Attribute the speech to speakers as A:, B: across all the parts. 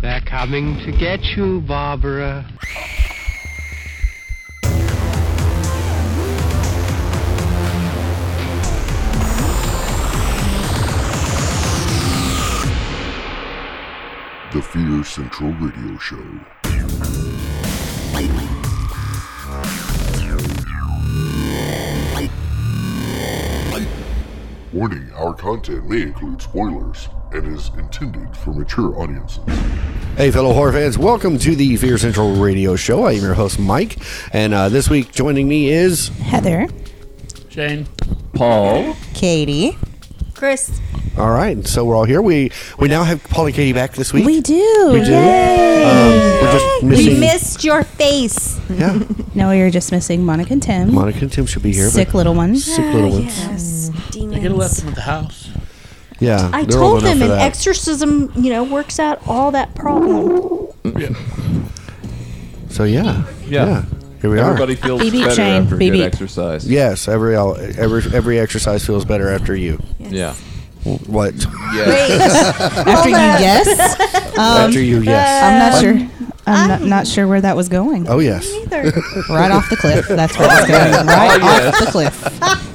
A: They're coming to get you, Barbara.
B: The Fear Central Radio Show. Warning our content may include spoilers and is intended for mature audiences.
C: Hey, fellow horror fans, welcome to the Fear Central Radio Show. I am your host, Mike, and uh, this week joining me is
D: Heather,
E: Jane.
F: Paul.
D: Katie.
G: Chris,
C: all right. So we're all here. We we now have Paul and Katie back this week.
D: We do.
C: We do. Um, we're just missing.
G: we missed your face.
C: yeah,
D: No, you're just missing Monica and Tim.
C: Monica and Tim should be here.
D: Sick
C: but
D: little ones.
C: sick little ones.
G: Yes,
E: They could have left him at the house.
C: Yeah,
G: I
C: they're old enough
G: told them
C: for
G: an
C: that.
G: exorcism, you know, works out all that problem.
C: So yeah, yeah.
F: Yeah.
C: Here we
F: Everybody
C: are.
F: feels
D: BB
F: better
D: chain,
F: after
D: BB.
F: good exercise.
C: Yes, every all- every every exercise feels better after you.
F: Yeah.
C: What?
G: Um,
F: Yeah.
D: After you guess,
C: after you? Yes.
D: I'm not sure. I'm not, not sure where that was going.
G: uh,
C: oh yes.
D: Right off the cliff. That's where it's
C: Oh,
D: going. Right off the cliff.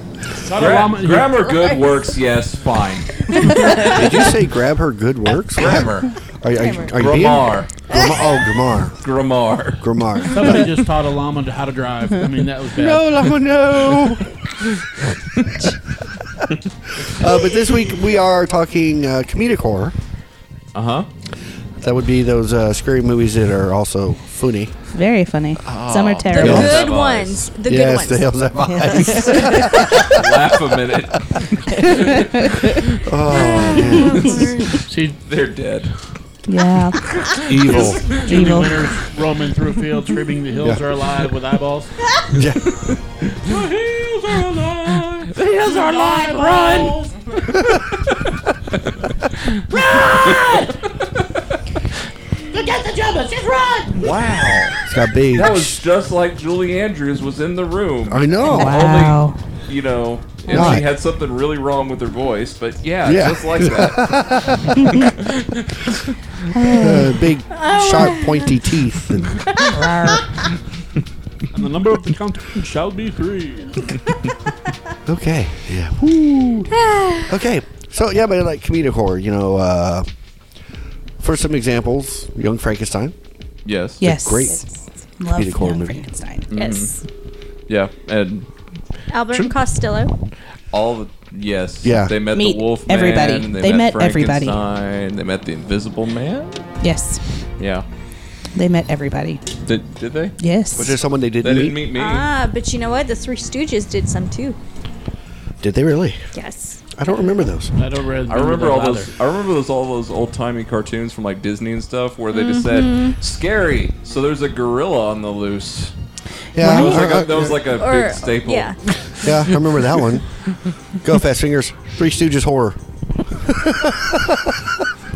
F: Gra- grammar good works, yes, fine.
C: Did you say grab her good works? Are,
F: Grammar.
C: are, are, you- are you being?
F: Grammar.
C: Grama- oh,
F: Grammar.
C: Gramar. Gramar.
E: Somebody just taught a llama to how to drive. I mean, that was bad.
C: Lama, no. uh, but this week we are talking uh, comedic horror.
F: Uh
C: Uh-huh.
F: huh.
C: That would be those uh, scary movies that are also funny.
D: Very funny. Some are
G: The
D: terrible.
C: Yeah.
G: good
F: Have eyes.
G: ones. The good
C: yes,
G: ones.
C: the Hills Have Eyes.
F: Laugh a minute.
E: See,
F: They're dead.
D: Yeah.
C: Evil.
E: Jimmy
D: Evil.
E: Winters roaming through fields, screaming, "The hills
C: Yeah.
E: are alive!" with eyeballs.
C: Yeah.
E: The hills are alive. The hills are alive. Run!
C: Wow. It's got big.
F: That was just like Julie Andrews was in the room.
C: I know.
D: Wow.
F: You know, and
C: Why?
F: she had something really wrong with her voice, but yeah,
C: Yeah.
F: just like that.
C: Uh, big,
G: Oh.
C: sharp, pointy teeth. And
E: And the number of the countdown shall be three.
C: Okay. Yeah. Woo. okay. So yeah, but like comedic horror, you know. Uh, for some examples, Young Frankenstein.
F: Yes.
D: Yes.
C: great
D: Love
C: comedic horror
D: Young
C: movie.
D: Frankenstein.
G: Yes.
F: Yeah. And
G: Albert Costello.
F: all the yes.
C: Yeah.
F: They met
D: Meet
F: the wolf
D: everybody.
F: Man,
D: They met everybody.
F: Frankenstein, They met the invisible man.
D: Yes.
F: Yeah.
D: They met everybody.
F: Did, did they?
D: Yes.
C: Was there someone they
F: They
C: didn't meet?
F: didn't meet me.
G: Ah, but you know what? The Three Stooges did some too.
C: Did they really?
G: Yes.
C: I don't remember those.
E: I don't really.
F: I remember all
E: either.
F: those. I remember those all those old timey cartoons from like Disney and stuff where they just said
G: Mm-hmm.
F: scary. So there's a gorilla on the loose.
C: Yeah.
F: That
C: I
F: was like
C: I-
F: a, that was like a big
C: Oh.
F: staple.
G: Oh, Yeah.
C: yeah. I remember that one. Go fast fingers. Three Stooges horror.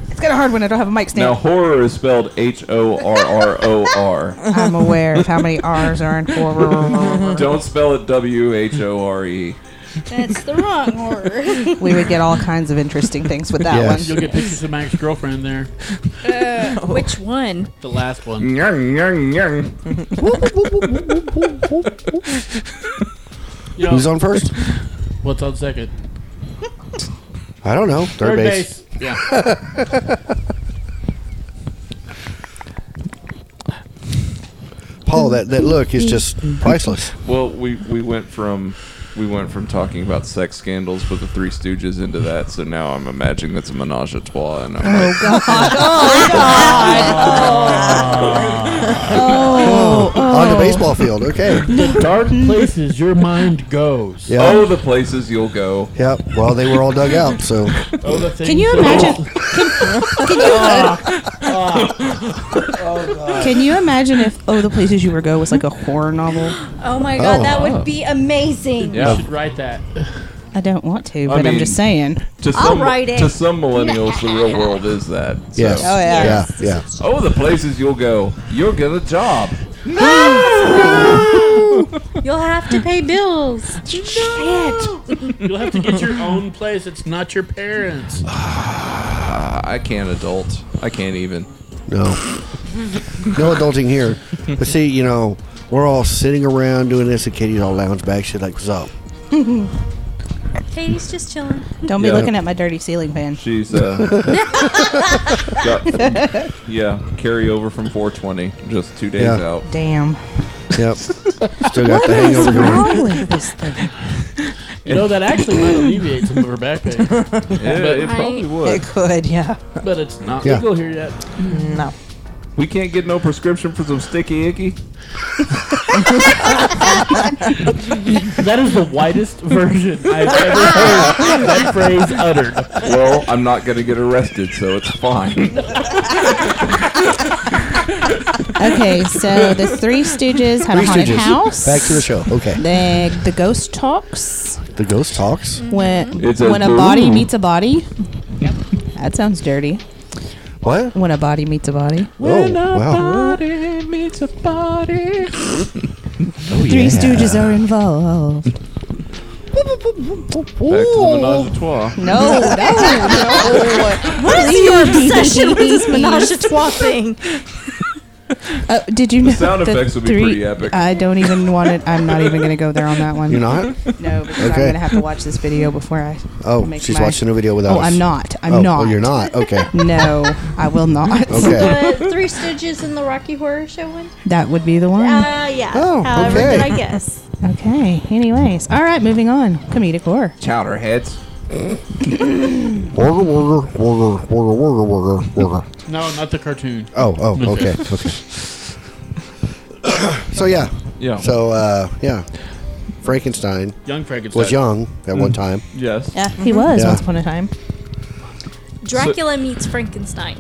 D: it's kind of hard when I don't have a mic stand.
F: Now horror is spelled H O R R O R.
D: I'm aware of how many R's are in horror.
F: Don't spell it W H O R E.
G: That's the wrong order.
D: we would get all kinds of interesting things with that
C: Yes.
D: one.
E: You'll get pictures of Mac's girlfriend there.
G: Which one?
E: The last one.
F: Nyang, nyang, nyang.
E: You know,
C: Who's on first?
E: what's on second?
C: I don't know. Third, base.
E: Yeah.
C: Paul, that, that look is just priceless.
F: Well, we we went from we went from talking about sex scandals with the Three Stooges into that, so now I'm imagining that's a menage a trois, and
G: Oh,
F: I'm like, Uh,
C: On the baseball field. Okay.
E: the dark places your mind goes.
C: Yeah.
F: oh, the places you'll go.
C: Yep. Well, they were all dug out, so
E: Oh, the things
D: Can you
E: that-
D: imagine? Can you imagine if Oh the Places You Were Go was like a horror novel?
G: Oh my god,
C: Oh.
G: that would be amazing.
E: You should write that.
D: I don't want to, but I am
F: mean-
D: just saying.
F: To
G: I'll
F: some
G: write it.
F: to some millennials, the real world is that. So.
C: yes.
D: Oh, yeah.
C: Yeah. Yeah.
F: Oh, the places you'll go. You'll get a job.
G: You'll have to pay bills.
E: You'll have to get your own place. It's not your parents.
F: I, I can't adult. I can't even.
C: No. no adulting here. But see, you know, we're all sitting around doing this, and Katie's all lounge back. She's like, what's up?
G: Katie's just chilling.
D: Don't be
F: Yeah.
D: looking at my dirty ceiling fan.
F: She's uh, got, yeah, carryover from 420, just two days
C: Yeah.
F: out.
D: Damn.
C: Yep. Still got the hangover going.
D: with this thing?
E: You know, that actually might alleviate some of her back pain.
F: Yeah, it probably would.
D: It could, yeah.
E: But it's not
C: Yeah.
E: legal here yet.
D: No.
F: We can't get no prescription for some sticky icky.
E: That is the widest version I've ever heard that phrase uttered.
F: Well, I'm not gonna get arrested, so it's fine.
D: Okay, so the Three Stooges have a haunted house.
C: Back to the show. Okay.
D: The, the ghost talks
C: The ghost talks.
D: when
F: It's a
D: when a body
F: boom.
D: meets a body. That sounds dirty.
C: What?
D: When a body meets a body.
C: Oh, wow.
E: Body meets a body.
C: Oh,
D: Three
C: yeah.
D: Stooges are involved.
F: Back to the menage a trois.
D: No, no, no.
G: What is your obsession with this menage a trois thing?
D: Uh, did you know
F: sound
D: the
F: effects would be
D: three-
F: pretty epic.
D: I don't even want it. I'm not even going to go there on that one.
C: You're not?
D: No, because I'm
C: Okay.
D: going to have to watch this video before I.
C: Oh,
D: Make
C: she's
D: my-
C: watching a video without
D: Oh,
C: us.
D: I'm not. I'm
C: oh,
D: not.
C: Oh, you're not? Okay.
D: No, I will not.
C: Okay.
G: The Three Stooges in the Rocky Horror Show one?
D: That would be the one.
G: Uh, yeah.
C: Oh,
G: However
C: okay.
G: did I guess?
D: okay. Anyways, all right. Moving on. Comedic horror.
F: Chowder heads.
C: Order, order, order, order, order, order, order.
E: No, not the cartoon.
C: Oh, oh, okay. okay. so, yeah.
F: Yeah.
C: So, uh, yeah. Frankenstein
E: Young Frankenstein.
C: was young at one time.
F: Yes.
D: Yeah, mm-hmm. he was
C: Yeah.
D: once upon a time.
G: Dracula meets Frankenstein.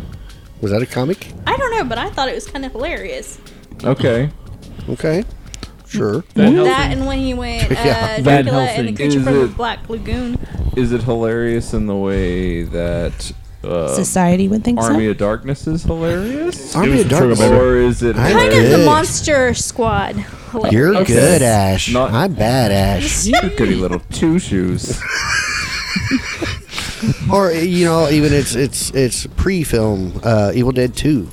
C: Was that a comic?
G: I don't know, but I thought it was kind of hilarious.
F: Okay.
C: Okay. Sure.
E: Van Helsing.
G: That and when he went uh,
C: Yeah.
E: Van
G: Dracula and the
E: Helsing.
G: creature
F: Is
G: from the
F: it-
G: Black Lagoon.
F: Is it hilarious in the way that uh,
D: Society would think
F: Army
D: so.
F: of Darkness is hilarious?
C: Army of Darkness.
F: Or is it
C: I
G: Kind
C: Good.
G: of
F: hilarious?
G: the Monster Squad. Hilarious.
C: You're
F: Okay.
C: good, Ash.
F: Not-
C: I'm bad, Ash.
F: You goody little two shoes.
C: or you know, even it's it's it's pre-film uh, Evil Dead Two,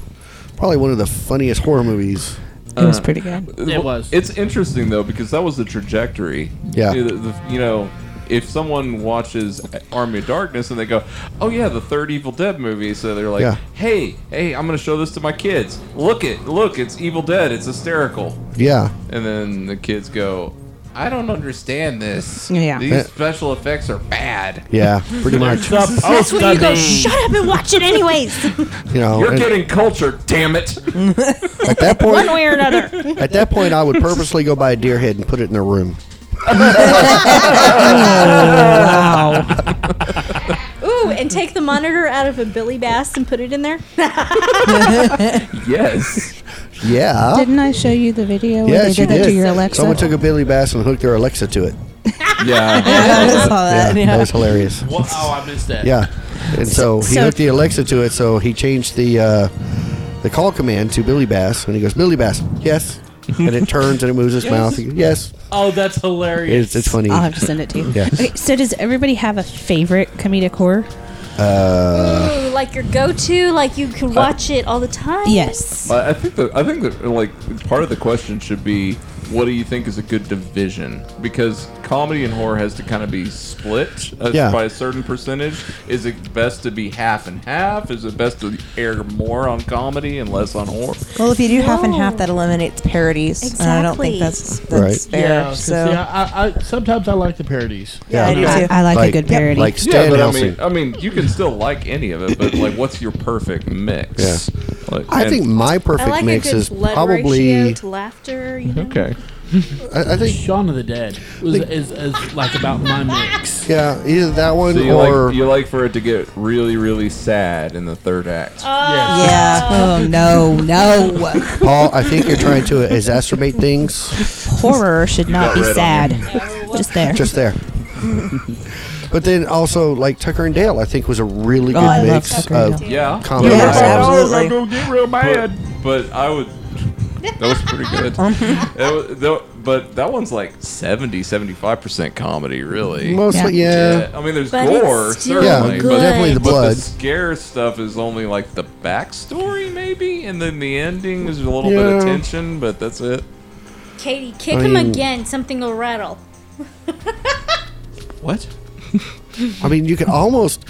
C: probably one of the funniest horror movies.
D: It was pretty good.
E: It was.
F: It's interesting though because that was the trajectory.
C: Yeah.
F: You know, the- the- you know, if someone watches Army of Darkness and they go, "Oh yeah, the third Evil Dead movie," so they're like,
C: Yeah.
F: "Hey, hey, I'm gonna show this to my kids. Look it, look, it's Evil Dead. It's hysterical."
C: Yeah,
F: And then the kids go, "I don't understand this.
D: Yeah.
F: These special effects are bad.
C: yeah, pretty much.
E: It's up. Oh,
G: That's when you go,
E: study.
G: shut up and watch it anyways.
C: You know,
F: You're
C: Oh, and
F: getting cultured, damn it."
C: at that
G: One
C: point,
G: way or another.
C: at that point, I would purposely go buy a deer head and put it in their room.
G: Ooh, and take the monitor out of a Billy Bass and put it in there.
F: yes.
C: Yeah,
D: Didn't I show you the video where
C: yeah,
D: they
C: she
D: did that
C: did.
D: to your Alexa?
C: Someone took a Billy Bass and hooked their Alexa to it.
F: Yeah.
D: I saw
C: Yeah,
D: that. Yeah.
C: that was hilarious.
E: Wha- oh, I missed that.
C: Yeah, and so he
D: So-
C: hooked the Alexa to it. So he changed the uh, the call command to Billy Bass, and he goes, "Billy Bass, yes." and it turns and it moves its mouth. He goes, yes,
E: Oh, that's hilarious.
C: it's, it's funny.
D: I'll have to send it to you.
C: Yeah.
D: Okay, so does everybody have a favorite comedic horror?
G: Ooh, like your go-to, like you could
C: Uh,
G: watch it all the time.
D: Yes.
F: I I think that I think that like part of the question should be, what do you think is a good division? Because comedy and horror has to kind of be split uh,
C: Yeah.
F: by a certain percentage. Is it best to be half and half? Is it best to air more on comedy and less on horror?
H: Well, if you do half and
G: No.
H: half, that eliminates parodies. And I don't think
G: Exactly.
H: that's that's
C: Right.
H: fair.
E: Yeah, 'cause,
H: so
E: yeah, I, I, sometimes I like the parodies.
H: yeah, I do
D: I,
H: too.
D: I like, a good parody.
C: Like Stan
F: but I
C: Helsing.
F: mean, I mean, you can still like any of it, but like, what's your perfect mix? Yeah. Like,
C: I
F: and-
C: think my
G: I
C: perfect
G: like a
C: mix
G: good
C: is
G: blood
C: probably.
G: ratio to laughter. You know?
F: Okay.
C: I, I think
E: Shaun of the Dead was is, is like about my mix.
C: yeah, either that one
F: So you
C: or
F: like you like for it to get really really sad in the third act.
G: Uh,
H: Yeah.
D: oh no, no!
C: Paul. I think you're trying to exacerbate things.
D: horror should not be
F: red on
D: sad. Just there.
C: Just there. but then also like Tucker and Dale, I think was a really good
D: Oh, I love
C: mix
D: Tucker and
C: of
D: Dale.
F: yeah.
C: comedy.
H: Yeah,
C: and horror.
H: absolutely.
F: But, but I would That was pretty good. That wa- tho- but that one's like 70, 75% comedy, really.
C: Mostly, yeah.
F: Yeah, I mean, there's
G: But it's
F: gore,
G: still
F: certainly.
C: Yeah,
F: but,
C: definitely the
F: but
C: blood.
F: the scare stuff is only like the backstory, maybe, and then the ending is a little bit of
C: Yeah.
F: tension, but that's it.
G: Katie, kick
C: I mean-
G: him again. Something will rattle.
F: What?
C: I mean, you could almost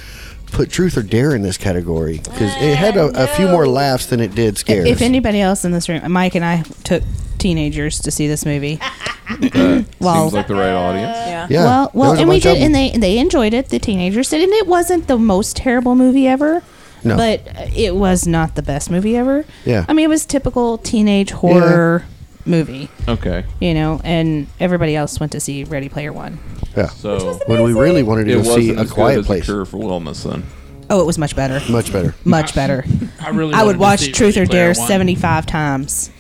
C: put truth or dare in this category because it had a, a few more laughs than it did scares.
D: If anybody else in this room, Mike and I took teenagers to see this movie.
C: Uh,
D: Well-
F: Seems like the
G: Uh,
F: right audience.
H: Yeah.
C: yeah,
D: well,
C: there
D: well,
C: was a
D: and we
C: bunch of
D: did,
C: them.
D: and they they enjoyed it. The teenagers did, and it wasn't the most terrible movie ever.
C: No.
D: But it was not the best movie ever.
C: Yeah.
D: I mean, it was typical teenage horror movie,
F: Okay.
D: you know, and everybody else went to see Ready Player One.
C: yeah.
F: So
C: when we really wanted to
F: it
C: go
F: wasn't
C: see a
F: as good
C: quiet
F: as
C: place,
F: a cure for illness, then.
D: Oh, it was much better.
C: much better.
D: Much better.
E: I really.
D: I
E: wanted
D: would
E: to
D: watch
E: see
D: Truth
E: Ready
D: or
E: Player
D: Dare
E: One.
D: 75 times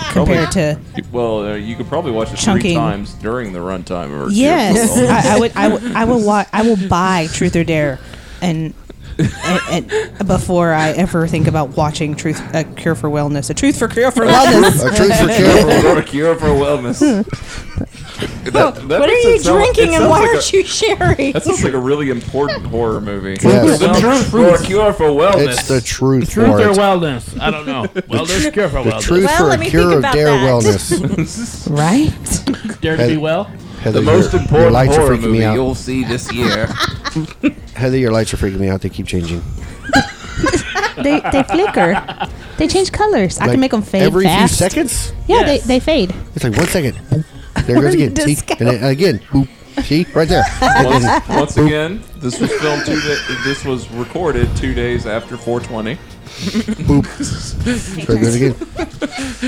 C: Oh,
D: compared to
F: Well, uh, you could probably watch it three
D: Chunking.
F: times during the runtime. Or Cure for
D: Yes,
F: Illness.
D: I, I would. I would. I will. Wa- I will buy Truth or Dare, and, and, and before I ever think about watching Truth a Cure for Wellness, a Truth for Cure for Wellness.
C: A truth for
F: Cure
C: cure.
F: for- cure for wellness.
C: Hmm.
F: That- that
G: what are
F: makes
G: you
F: it sound- it
G: drinking and
F: sounds
G: why
F: like a-
G: aren't you sharing?
F: That sounds like a really important horror movie.
C: Yes.
E: The truth.
F: For a cure for wellness.
C: It's the truth.
E: Truth
C: for
E: or
C: it.
E: wellness? I don't know. Wellness, cure for wellness.
C: Truth
G: Well,
C: for
G: let
C: a
G: me
C: cure
G: think
C: of
G: about
C: dare
G: that.
C: wellness.
D: right?
E: Dare to be well.
C: Heather,
F: the
C: your,
F: most
C: your
F: important
C: lights are
F: horror
C: freaking
F: movie
C: me out.
F: you'll see this year.
C: Heather, your lights are freaking me out. They keep changing.
D: They they flicker. They change colors. I
C: Like,
D: can make them fade
C: every
D: fast.
C: few seconds.
D: Yeah,
E: Yes.
D: they, they fade.
C: It's like one second. Boop. There goes again. See?
D: Disco.
C: And then again. Boop. See? Right there. And then-
F: once, once again, this was filmed two. Da- this was recorded two days after 420.
C: boop. There goes again.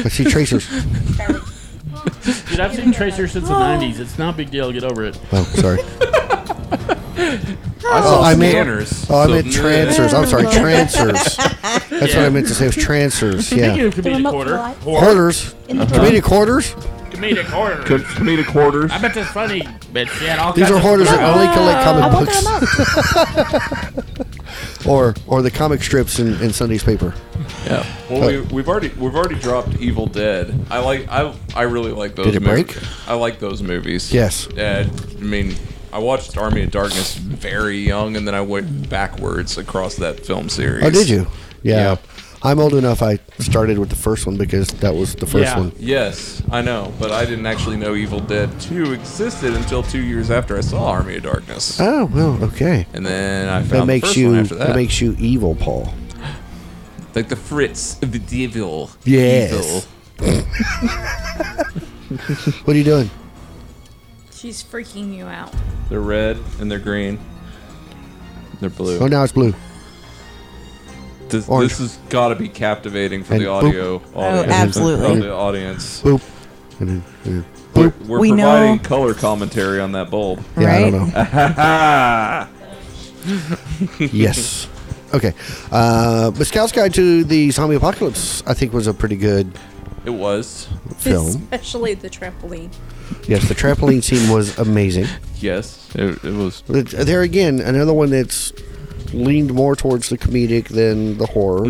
C: I see tracers.
E: Dude, I've seen Tracer since the '90s. It's not a big deal. Get over it.
C: Oh, sorry.
F: I saw
C: I meant-
F: scanners.
C: Oh, I
F: so-
C: meant transers. I'm sorry, transers. That's what I meant to say was transers.
E: Speaking
C: Yeah.
E: of comedic
D: remote
E: quarter,
D: for life.
E: or
C: Quarters. Comedic Uh-huh. quarters.
E: comedic horror.
F: Could- comedic quarters.
E: I bet that's funny, bitch. She had all
C: These
E: kinds
C: are
E: of-
C: hoarders that only collect
D: I
C: comic
D: want them
C: books
D: up.
C: or or the comic strips in, in Sunday's paper.
F: Yeah. Well, we, we've already we've already dropped Evil Dead. I like I I really like those.
C: Did it
F: movies.
C: break?
F: I like those movies.
C: Yes.
F: Uh, I mean, I watched Army of Darkness very young, and then I went backwards across that film series.
C: Oh, did you? Yeah.
F: Yeah.
C: I'm old enough. I started with the first one because that was the first
E: Yeah.
C: one.
F: Yes, I know, but I didn't actually know Evil Dead Two existed until two years after I saw Army of Darkness,
C: Oh well, okay.
F: and then I found
C: That
F: the
C: makes
F: first
C: you
F: one
C: that.
F: after that.
C: makes you evil, Paul.
F: like the Fritz of the Devil.
C: Yes. What are you doing?
G: She's freaking you out.
F: They're red and they're green. They're blue.
C: Oh, now it's blue.
F: This,
C: Orange.
F: this has got to be captivating for
C: And
F: the
C: boop.
F: audio audience.
H: Oh, absolutely.
F: Of the audience.
C: Boop. And then, and then
F: We're,
C: boop.
F: we're
H: We
F: providing
H: know-
F: color commentary on that bulb.
C: Yeah, I
H: Right?
C: don't know. yes. Okay. Uh, but Scout's Guide to the Zombie Apocalypse, I think, was a pretty good
F: It was.
C: film.
G: Especially the trampoline.
C: Yes, the trampoline scene was amazing.
F: Yes. It, it was.
C: But there again, another one that's leaned more towards the comedic than the horror.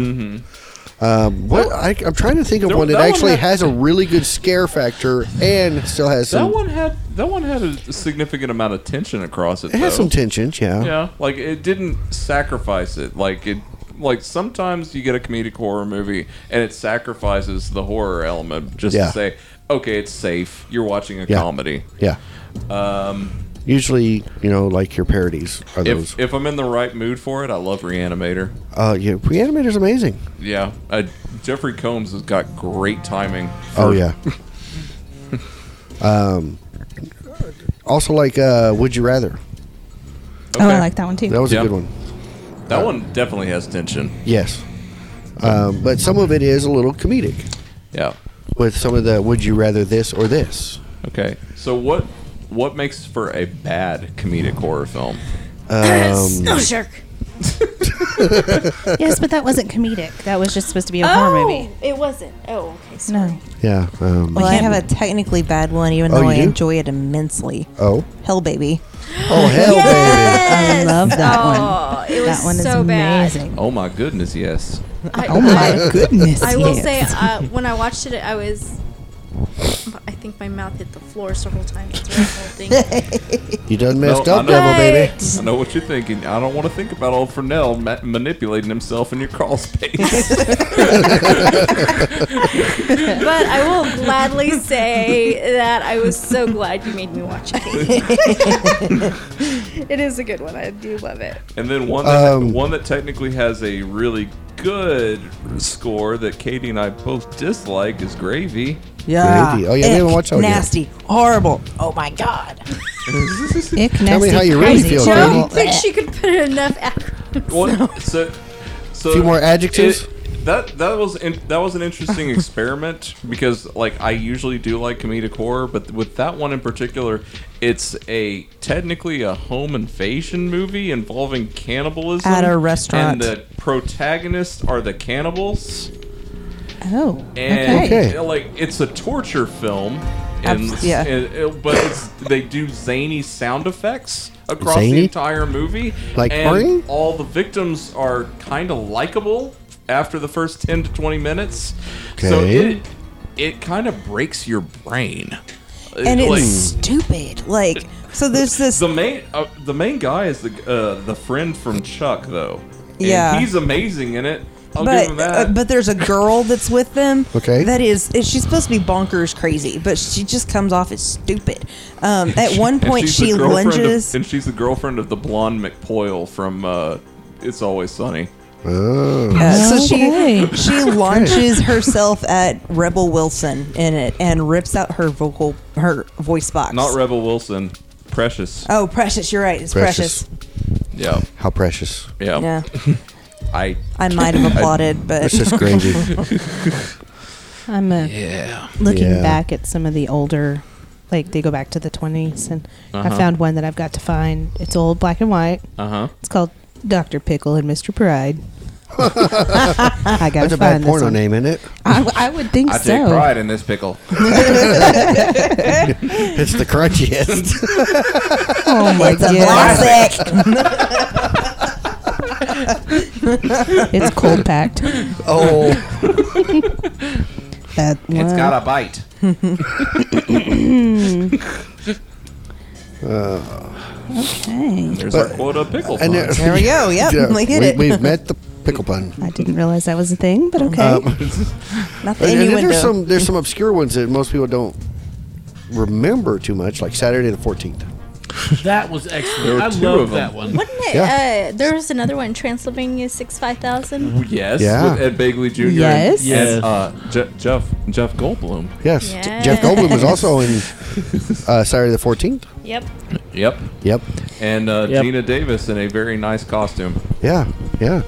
C: Um, what I, I'm trying to think of
F: Mm-hmm. There-
C: one that,
F: that one
C: actually
F: had-
C: has a really good scare factor and still has
F: That
C: some.
F: one had that one had a significant amount of tension across it.
C: it has
F: though.
C: some tensions, yeah.
F: Yeah. Like it didn't sacrifice it. Like it. Like sometimes you get a comedic horror movie and it sacrifices the horror element just
C: Yeah.
F: to say, okay, it's safe. You're watching a
C: Yeah.
F: comedy.
C: Yeah. Usually, you know, like your parodies are those.
F: Um, If, if I'm in the right mood for it, I love Reanimator.
C: uh, yeah, Reanimator's amazing.
F: Yeah, uh, Jeffrey Combs has got great timing.
C: Oh
F: for-
C: yeah. um, also like uh, Would You Rather.
D: Oh, I
F: Okay.
D: like that one too.
C: That was
F: Yeah.
C: a good one.
F: that one. Definitely has tension.
C: Yes. Um, but some of it is a little comedic
F: Yeah.
C: with some of the Would You Rather this or this.
F: Okay. So what what makes for a bad comedic horror film?
G: Snow shark.
D: yes, but that wasn't comedic. That was just supposed to be a horror movie.
G: Oh, it wasn't. Oh, okay. So
D: No.
C: Yeah. Um,
H: Well, I have a technically bad one, even
C: Oh,
H: though I
C: you do?
H: enjoy it immensely.
C: oh.
H: Hell, baby.
C: Oh hell, baby.
H: I love that one.
G: Oh, it was
D: that one
G: so
D: is
G: bad.
D: amazing.
F: Oh my goodness, yes.
G: I,
D: Oh my goodness!
G: I will
D: yes.
G: say, uh, when I watched it, I was. I think my mouth hit the floor several times throughout the whole thing.
C: You done messed
F: No, I
C: up,
F: know.
C: Devil Baby.
G: But-
F: I know what you're thinking. I don't want to think about old Fernell ma- manipulating himself in your crawl space.
G: But I will gladly say that I was so glad you made me watch it. it is a good one. I do love it.
F: and then one that,
C: Um,
F: one that technically has a really good score that Katie and I both dislike is Gravy.
H: Yeah.
C: Gravy. Oh, yeah, we haven't
H: Ick,
C: watched that one yet.
H: Nasty. Horrible. Oh my god.
D: Ick,
C: Tell me
D: nasty,
C: how you really
D: crazy,
C: feel,
G: I
C: Katie.
D: terrible.
G: don't think she could put in enough acronyms.
F: Well, so, so
C: Few more adjectives?
F: it- that that was in, that was an interesting experiment because like I usually do like comedic horror, but with that one in particular, it's a technically a home invasion movie involving cannibalism
D: At a restaurant.
F: and the protagonists are the cannibals,
D: Oh,
F: and
D: okay.
C: Okay.
F: like it's a torture film. And,
H: Abs- yeah.
F: and- and- but it's, they do zany sound effects across the
C: Zany?
F: entire movie.
C: Like
F: and
C: Mario?
F: all the victims are kind of likable after the first 10 to 20 minutes. So
C: Okay.
F: it, it kind of breaks your brain.
H: And it's
F: Like,
H: stupid. Like, so there's this.
F: the main uh, the main guy is the uh, the friend from Chuck though. And
H: Yeah.
F: he's amazing in it. I'll
H: but
F: give him that.
H: uh, but there's a girl that's with them.
C: Okay.
H: That is she's supposed to be bonkers crazy, but she just comes off as stupid. Um, at one
F: And
H: point
F: she's the
H: she
F: girlfriend of-
H: lunges.
F: and she's the girlfriend of the blonde McPoyle from uh, It's Always Sunny.
H: Uh, so she
D: Okay.
H: she launches herself at Rebel Wilson in it and rips out her vocal her voice box.
F: Not Rebel Wilson. Precious.
H: Oh, precious! You're right. It's precious.
C: Precious.
F: Yeah.
C: How precious.
F: Yeah.
H: Yeah,
F: I
H: I might have applauded, but
C: It's just gravy.
D: I'm a,
F: Yeah.
D: looking
C: Yeah.
D: back at some of the older, like they go back to the 20s, and I found one that I've got to find. It's old, black and white.
F: Uh-huh.
D: It's called Doctor Pickle and Mr. Pride. I gotta
C: That's a
D: find
C: bad
D: this
C: porno
D: one.
C: name, isn't it?
D: I, w- I would think
F: I
D: so.
F: take pride in this pickle.
C: It's the crunchiest.
D: Oh my
H: it's a
D: god,
H: classic.
D: it's cold packed.
C: oh.
D: That one.
F: It's got a bite.
D: Dang.
F: There's
C: But-
F: our quota of pickle.
C: And
F: puns.
H: There we go. Yep, we get it.
C: We've met the pickle bun.
D: I didn't realize that was a thing, but okay.
C: Um,
H: Not
C: And,
H: the
C: and then
H: innuendo.
C: there's some there's some obscure ones that most people don't remember too much, like Saturday the 14th. Oh.
E: That was excellent.
F: There were
E: I
F: two
E: love
F: of 'em.
E: that one.
G: Wasn't it? Uh, there was another one, Transylvania Six Five Thousand.
F: Yes,
C: Yeah.
F: with Ed Begley Jr. and-
D: Yes.
F: and,
E: Yes.
F: uh, Je- Jeff Jeff Goldblum.
C: Yes, J-
G: Yes.
C: Jeff Goldblum was also in uh, Saturday the 14th.
G: Yep.
F: Yep,
C: Yep.
F: and uh,
E: Yep.
F: Gina Davis in a very nice costume.
C: Yeah. Yeah.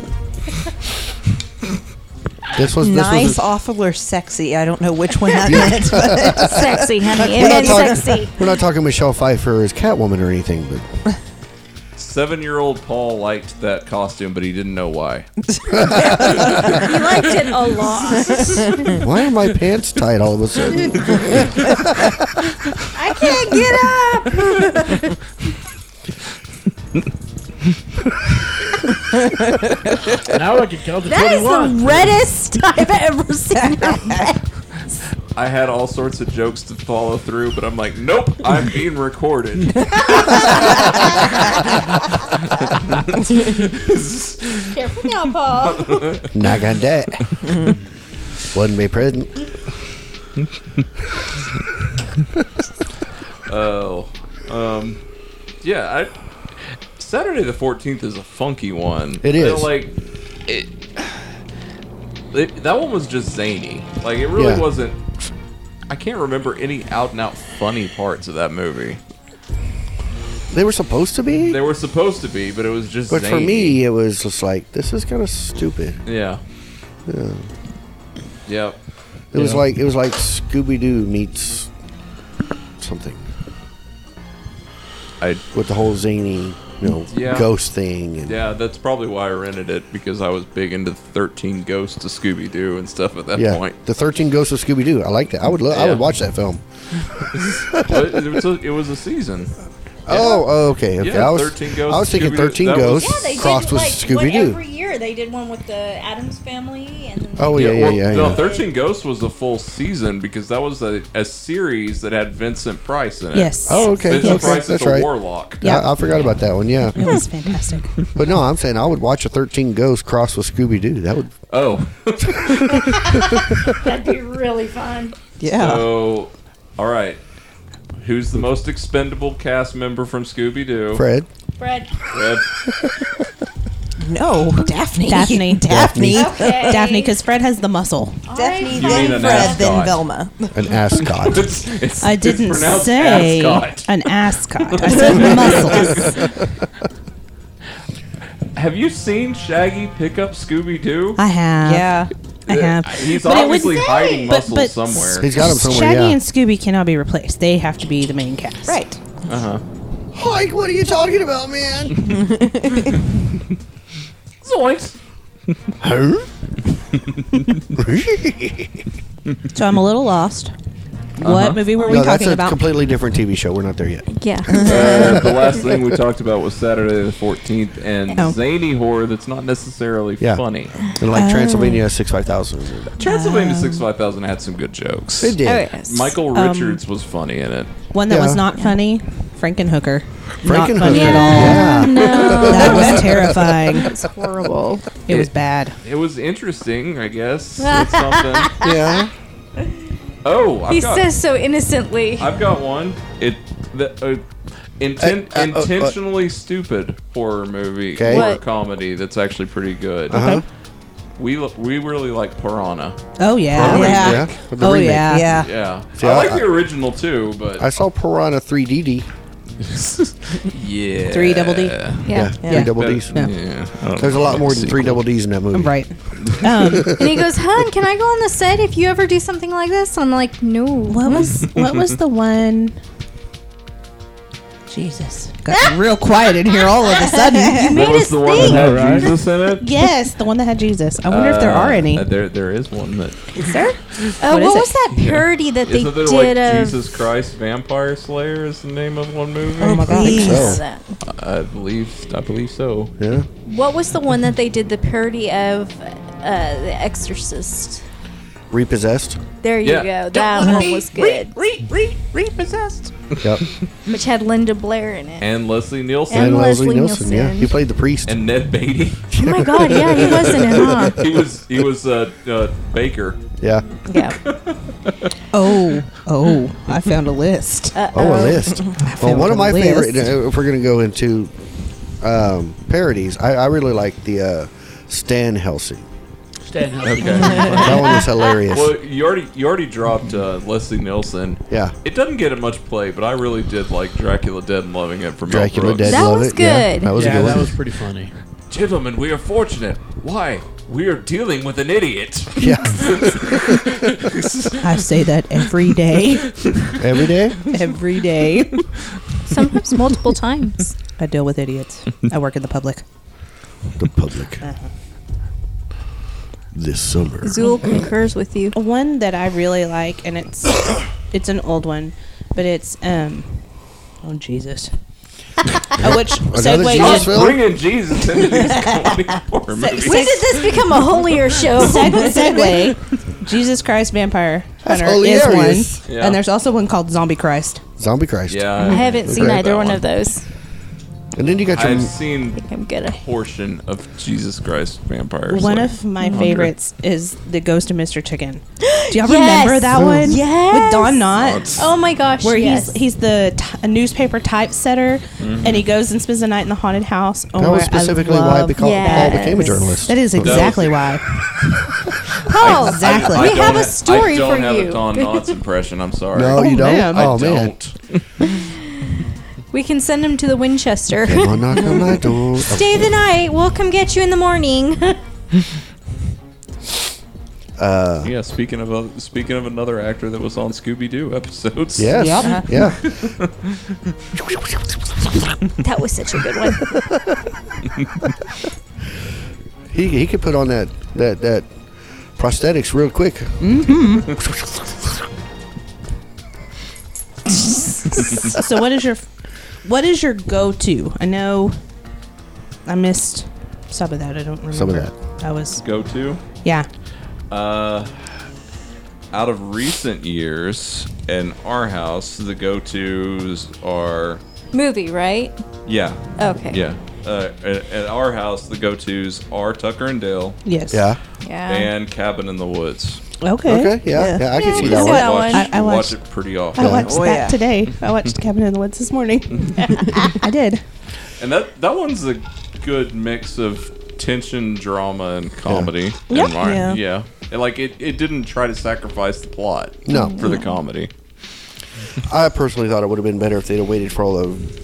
C: this was this
H: nice,
C: was. A,
H: awful, or sexy. I don't know which one that meant, but
G: Sexy, honey.
C: we're, not
G: And
C: talking,
G: sexy.
C: we're not talking Michelle Pfeiffer as Catwoman or anything, but
F: Seven-year-old Paul liked that costume, but he didn't know why.
G: He liked it a lot.
C: why are my pants tight all of a sudden?
G: I can't get up.
E: Now I can count to
G: That is
E: 21.
G: the reddest I've ever seen.
F: I had all sorts of jokes to follow through, but I'm like, nope, I'm being recorded.
G: Careful now, Paul.
C: Not got that. Wasn't me present.
F: Oh, um, yeah. I, Saturday the Fourteenth is a funky one.
C: It
F: They're
C: is.
F: like it, it- That one was just zany. Like it really
C: Yeah.
F: wasn't. I can't remember any out and out funny parts of that movie.
C: They were supposed to be,
F: They were supposed to be, but it was just.
C: but for
F: zany.
C: me, it was just like this is kind of stupid.
F: yeah, yeah, yep.
C: It was
E: Yeah.
C: like it was like Scooby Doo meets something
F: I
C: with the whole zany, you know,
F: Yeah.
C: ghost thing. And
F: yeah. That's probably why I rented it because I was big into Thirteen Ghosts to Scooby Doo and stuff at that
C: Yeah.
F: point.
C: the Thirteen Ghosts of Scooby Doo. I like that. I would love. I
F: Yeah.
C: would watch that film.
F: But it was a, it was a season.
C: Oh, oh, okay. okay.
F: Yeah,
C: I was,
F: 13 Ghosts
C: I was thinking
F: Scooby-Doo.
C: 13
F: That was-
C: Ghosts
G: Yeah, they
C: crossed
G: did
C: with
G: like
C: Scooby
G: what, every
C: Doo.
G: year they did one with the Adams family and then
C: Oh, yeah, yeah,
F: well,
C: yeah. yeah,
F: no, Thirteen Ghosts was the full season because that was a, a series that had Vincent Price in it.
D: Yes.
C: Oh, okay.
F: Vincent
C: okay,
F: Price
C: that's
F: is a
C: right.
F: warlock.
C: Yeah,
D: Yeah.
C: I, I forgot about that one. Yeah,
D: It was fantastic.
C: but no, I'm saying I would watch a 13 Ghosts crossed with Scooby Doo. That would
F: Oh,
G: that'd be really fun.
H: Yeah.
F: so all right. Who's the most expendable cast member from Scooby Doo?
C: Fred.
G: Fred,
H: no. Daphne.
D: Daphne.
H: Daphne.
G: okay.
D: Daphne, because Fred has the muscle.
G: All
H: Daphne,
G: right,
F: You mean
H: then
F: an
H: Fred, then
F: ascot.
H: Velma.
C: An ascot.
F: It's, it's,
D: I
F: it's
D: didn't
F: pronounced
D: say
F: Ascot.
D: an ascot. I said muscles.
F: Have you seen Shaggy pick up Scooby Doo?
D: I have.
H: Yeah.
D: I have.
F: He's
D: But it was-
F: obviously hiding
D: but-
F: muscles
D: but-
F: somewhere.
C: He's got him somewhere.
D: Shaggy
C: Yeah.
D: and Scooby cannot be replaced. They have to be the main cast.
H: Right.
C: Mike, what are you talking about, man?
E: Zoinks.
C: Huh?
D: So I'm a little lost.
F: Uh-huh.
D: What movie were we
C: no, that's
D: talking
C: a
D: about?
C: completely different TV show. We're not there yet.
G: Yeah.
F: Uh, the last thing we talked about was Saturday the 14th and
D: Oh.
F: zany horror that's not necessarily
C: Yeah.
F: funny.
C: And like Transylvania six five thousand.
F: Transylvania 65000 had some good jokes.
C: It did.
F: Michael
G: Um,
F: Richards was funny in it.
D: One that was
C: Yeah.
D: not funny. Frankenhooker. Not
C: Frankenhooker.
D: funny at all.
C: Yeah.
D: That was terrifying. It's
G: horrible.
D: It was bad.
F: It was interesting, I guess. It's something.
C: yeah.
F: Oh, I've
G: He
F: got,
G: says so innocently.
F: I've got one. It the, uh, inten-
C: Uh, uh, uh, uh.
F: intentionally stupid horror movie
C: Okay.
F: or
G: What?
F: comedy that's actually pretty good.
C: Uh-huh.
F: We lo- we really like Piranha.
D: Oh yeah.
C: Remake,
H: yeah.
C: yeah. With the
D: Oh
C: remake.
D: yeah.
H: Yeah.
F: Yeah,
C: See,
F: I
C: I-
F: like
C: I-
F: the original too, but
C: I saw Piranha 3DD.
F: yeah,
D: Three double D.
C: Yeah,
G: Yeah.
C: three double D's.
F: Yeah.
C: There's a lot more than three double D's in that movie.
D: Right. Um,
G: And he goes, "Hun, can I go on the set if you ever do something like this?" And I'm like, "No."
D: what was what was the one? Jesus. Got real quiet in here all of a sudden.
F: What was the one that had
E: Alright.
F: Jesus in it?
D: yes, the one that had Jesus. I wonder if there are
F: Uh,
D: any.
F: uh, there, there is one that
D: there?
G: Uh,
D: What
G: what
D: is it?
G: was that parody that they
F: isn't there
G: did
F: like
G: of?
F: Jesus Christ Vampire Slayer is the name of one movie.
D: Oh
C: So,
G: that.
F: I believe, I believe so.
C: yeah.
G: What was the one that they did the parody of? Uh, the Exorcist.
C: Repossessed.
G: There you
F: Yeah.
G: go. That one was good,
E: Re, re, repossessed.
C: Yep.
G: which had Linda Blair in it.
F: And Leslie Nielsen
G: And
F: and,
C: and Leslie
G: Leslie
C: Nielsen. Yeah.
G: Nielsen.
C: He played the priest.
F: Ned Beatty.
G: Oh my God! Yeah, he was in it, huh?
F: he was he was uh, uh, Baker.
C: yeah.
G: Yeah.
D: Oh, oh, I found a list.
C: Oh, a list. well, one of my
D: a list.
C: favorite. uh, If we're gonna go into um, parodies, I, I really like the uh, Stan Helsing.
E: Stand up.
F: Okay.
C: That one was hilarious.
F: well, you already you already dropped uh, Leslie Nielsen.
C: Yeah.
F: It doesn't get much play, but I really did like Dracula Dead and Loving It from Mel
C: Dracula
F: Brooks.
C: Dead.
G: That
C: love
G: was
C: it. Yeah,
G: good.
C: that was
E: yeah,
C: a good
E: that
C: one.
E: was pretty funny.
F: Gentlemen, we are fortunate. Why? We are dealing with an idiot.
C: yeah.
D: I say that every day.
C: Every day.
D: Every day.
G: Sometimes multiple times.
D: I deal with idiots. I work in the public.
C: The public. This summer.
G: Zool concurs with you.
D: One that I really like, and it's it's an old one, but it's um oh Jesus, uh, which
C: Another
D: segue
C: Jesus film?
F: Bringing Jesus into these comedy horror movies.
G: When did this become a holier show?
D: segue Jesus Christ Vampire
C: That's
D: Hunter is
C: hilarious.
D: one,
F: Yeah.
D: and there's also one called Zombie Christ.
C: Zombie Christ.
F: Yeah,
G: I haven't seen
C: Right.
G: either
F: That
G: one
F: one.
G: of those.
C: And then you got your.
F: I've seen
G: I'm good.
F: a portion of Jesus Christ Vampire.
D: One
F: Slayer.
D: of my
F: Hunter.
D: favorites is the Ghost of Mr. Chicken. Do y'all
G: Yes.
D: remember that
C: Mm.
D: one?
G: Yes.
D: with Don Knotts.
G: Oh my gosh!
D: where
G: yes.
D: he's he's the t- a newspaper typesetter, and he goes and spends the night in the haunted house. Oh,
C: That was
D: I
C: specifically
D: love
C: why Paul
G: Yes.
C: became a journalist.
D: That is
F: was-
D: exactly why.
G: Paul,
D: Exactly.
G: we
F: don't
G: have
F: ha-
G: a story
F: I don't
G: for
F: have
G: you.
F: a Don Knotts impression. I'm sorry.
C: No, you don't.
D: man.
F: I
C: Oh man.
F: don't.
G: We can send him to the Winchester.
C: Come on, knock on my door.
G: Stay the night. We'll come get you in the morning.
C: Uh,
F: Yeah, speaking of a, speaking of another actor that was on Scooby Doo episodes.
C: yes.
D: Yep.
C: Yeah.
G: that was such a good one.
C: He, he could put on that that that prosthetics real quick.
D: so, what is your f- What is your go-to? I know I missed some of that. I don't remember.
C: Some of
D: I was
F: Go to.
D: yeah.
F: Uh, out of recent years, in our house, the go tos are
G: Movie, right?
F: yeah,
G: Okay.
F: yeah. Uh, at, at our house, the go tos are Tucker and Dale
D: Yes.
C: Yeah.
G: Yeah.
F: and Cabin in the Woods.
D: Okay.
C: Okay. Yeah. Yeah. I can
G: Yeah,
C: see
G: we
C: that
G: can
C: one.
G: That
F: watch,
G: one.
D: I- I
F: we watch
D: watched-
F: it pretty often.
D: I watched
H: Oh,
D: that
H: yeah.
D: today. I watched Cabin in the Woods this morning. I did.
F: And that that one's a good mix of tension, drama, and comedy. in
D: Yeah.
F: my-
H: Yeah.
F: yeah. And, like it, it didn't try to sacrifice the plot.
C: No.
F: for the comedy.
C: I personally thought it would have been better if they'd have waited for all the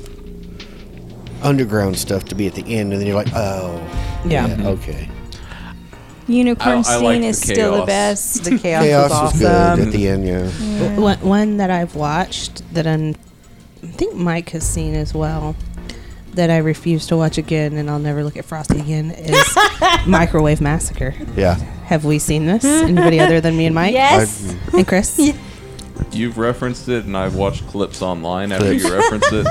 C: underground stuff to be at the end, and then you're like, oh,
D: Yeah.
C: okay.
G: Unicorn
F: I- I
G: scene
F: like the
G: is still the
F: chaos.
G: best.
H: The chaos,
C: Chaos
H: was
C: was
H: awesome.
C: good at the end. Yeah.
D: One, one that I've watched that I'm, I think Mike has seen as well, that I refuse to watch again and I'll never look at Frosty again is Microwave Massacre.
C: Yeah.
D: Have we seen this? Anybody other than me and Mike?
G: Yes.
D: And Chris?
F: You've referenced it, and I've watched clips online after
C: Clips.
F: you reference it.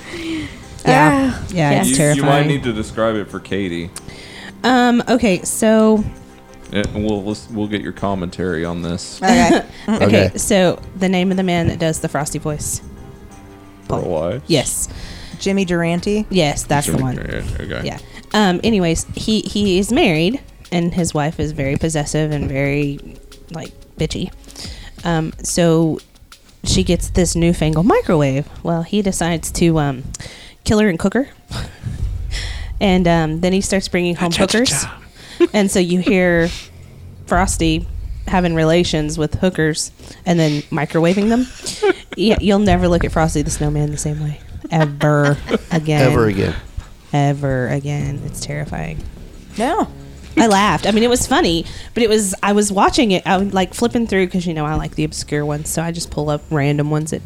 D: Yeah.
G: Ah,
D: Yeah,
G: yes.
D: it's
F: You,
D: terrifying.
F: you might need to describe it for Katie.
D: um, okay, so
F: And we'll lis- we'll get your commentary on this
H: Okay.
D: okay,
C: Okay.
D: so the name of the man that does the Frosty voice.
F: for a while.
D: Yes.
H: Jimmy Durante.
D: Yes, that's the one.
F: Okay.
D: Yeah. Um. Anyways, he he is married, and his wife is very possessive and very like bitchy. Um. So she gets this newfangled microwave. Well, he decides to um, kill her and cook her, and um, then he starts bringing home hookers, and so you hear Frosty having relations with hookers and then microwaving them. yeah, you'll never look at Frosty the Snowman the same way ever again
C: Ever again.
D: ever again. It's terrifying.
H: No.
D: I laughed. I mean, it was funny, but it was. I was watching it. I was like flipping through because you know I like the obscure ones, so I just pull up random ones at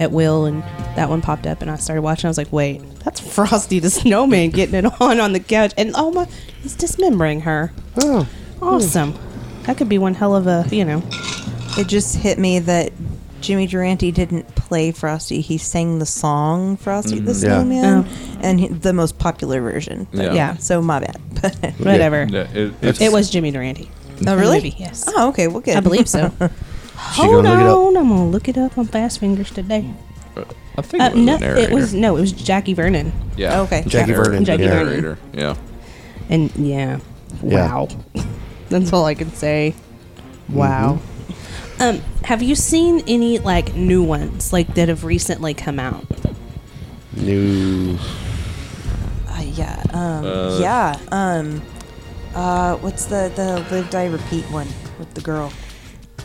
D: at will, and that one popped up, and I started watching. I was like, wait, that's Frosty the Snowman getting it on on the couch, and oh my, he's dismembering her.
C: Oh.
D: Awesome. That could be one hell of a you know.
H: It just hit me that Jimmy Durante didn't play Frosty. He sang the song Frosty the
C: Mm, Yeah.
H: Snowman,
D: Oh.
H: and he, the most popular version. But
F: Yeah.
D: Yeah.
H: So my bad.
D: Whatever.
F: Yeah, it, it's-
D: It was Jimmy Durante.
H: oh
D: The
H: really?
D: movie, yes.
H: Oh okay. Well good.
D: I believe so.
C: She gonna
D: Hold
C: look it up?
D: on, I'm gonna look it up on Fast Fingers today.
F: I think
D: Uh,
F: it was
D: no,
F: a narrator.
D: it was no, it was Jackie Vernon.
F: yeah.
H: Okay.
C: Jackie
F: Narrator.
C: Vernon.
D: Jackie
C: yeah.
D: Vernon.
F: Narrator. Yeah.
D: And yeah.
C: Yeah.
D: Wow. That's all I can say. Wow. Um, have you seen any like new ones like that have recently come out?
C: New.
H: Uh, yeah. Um,
F: Uh,
H: yeah. Um, uh, what's the the live die repeat one with the girl?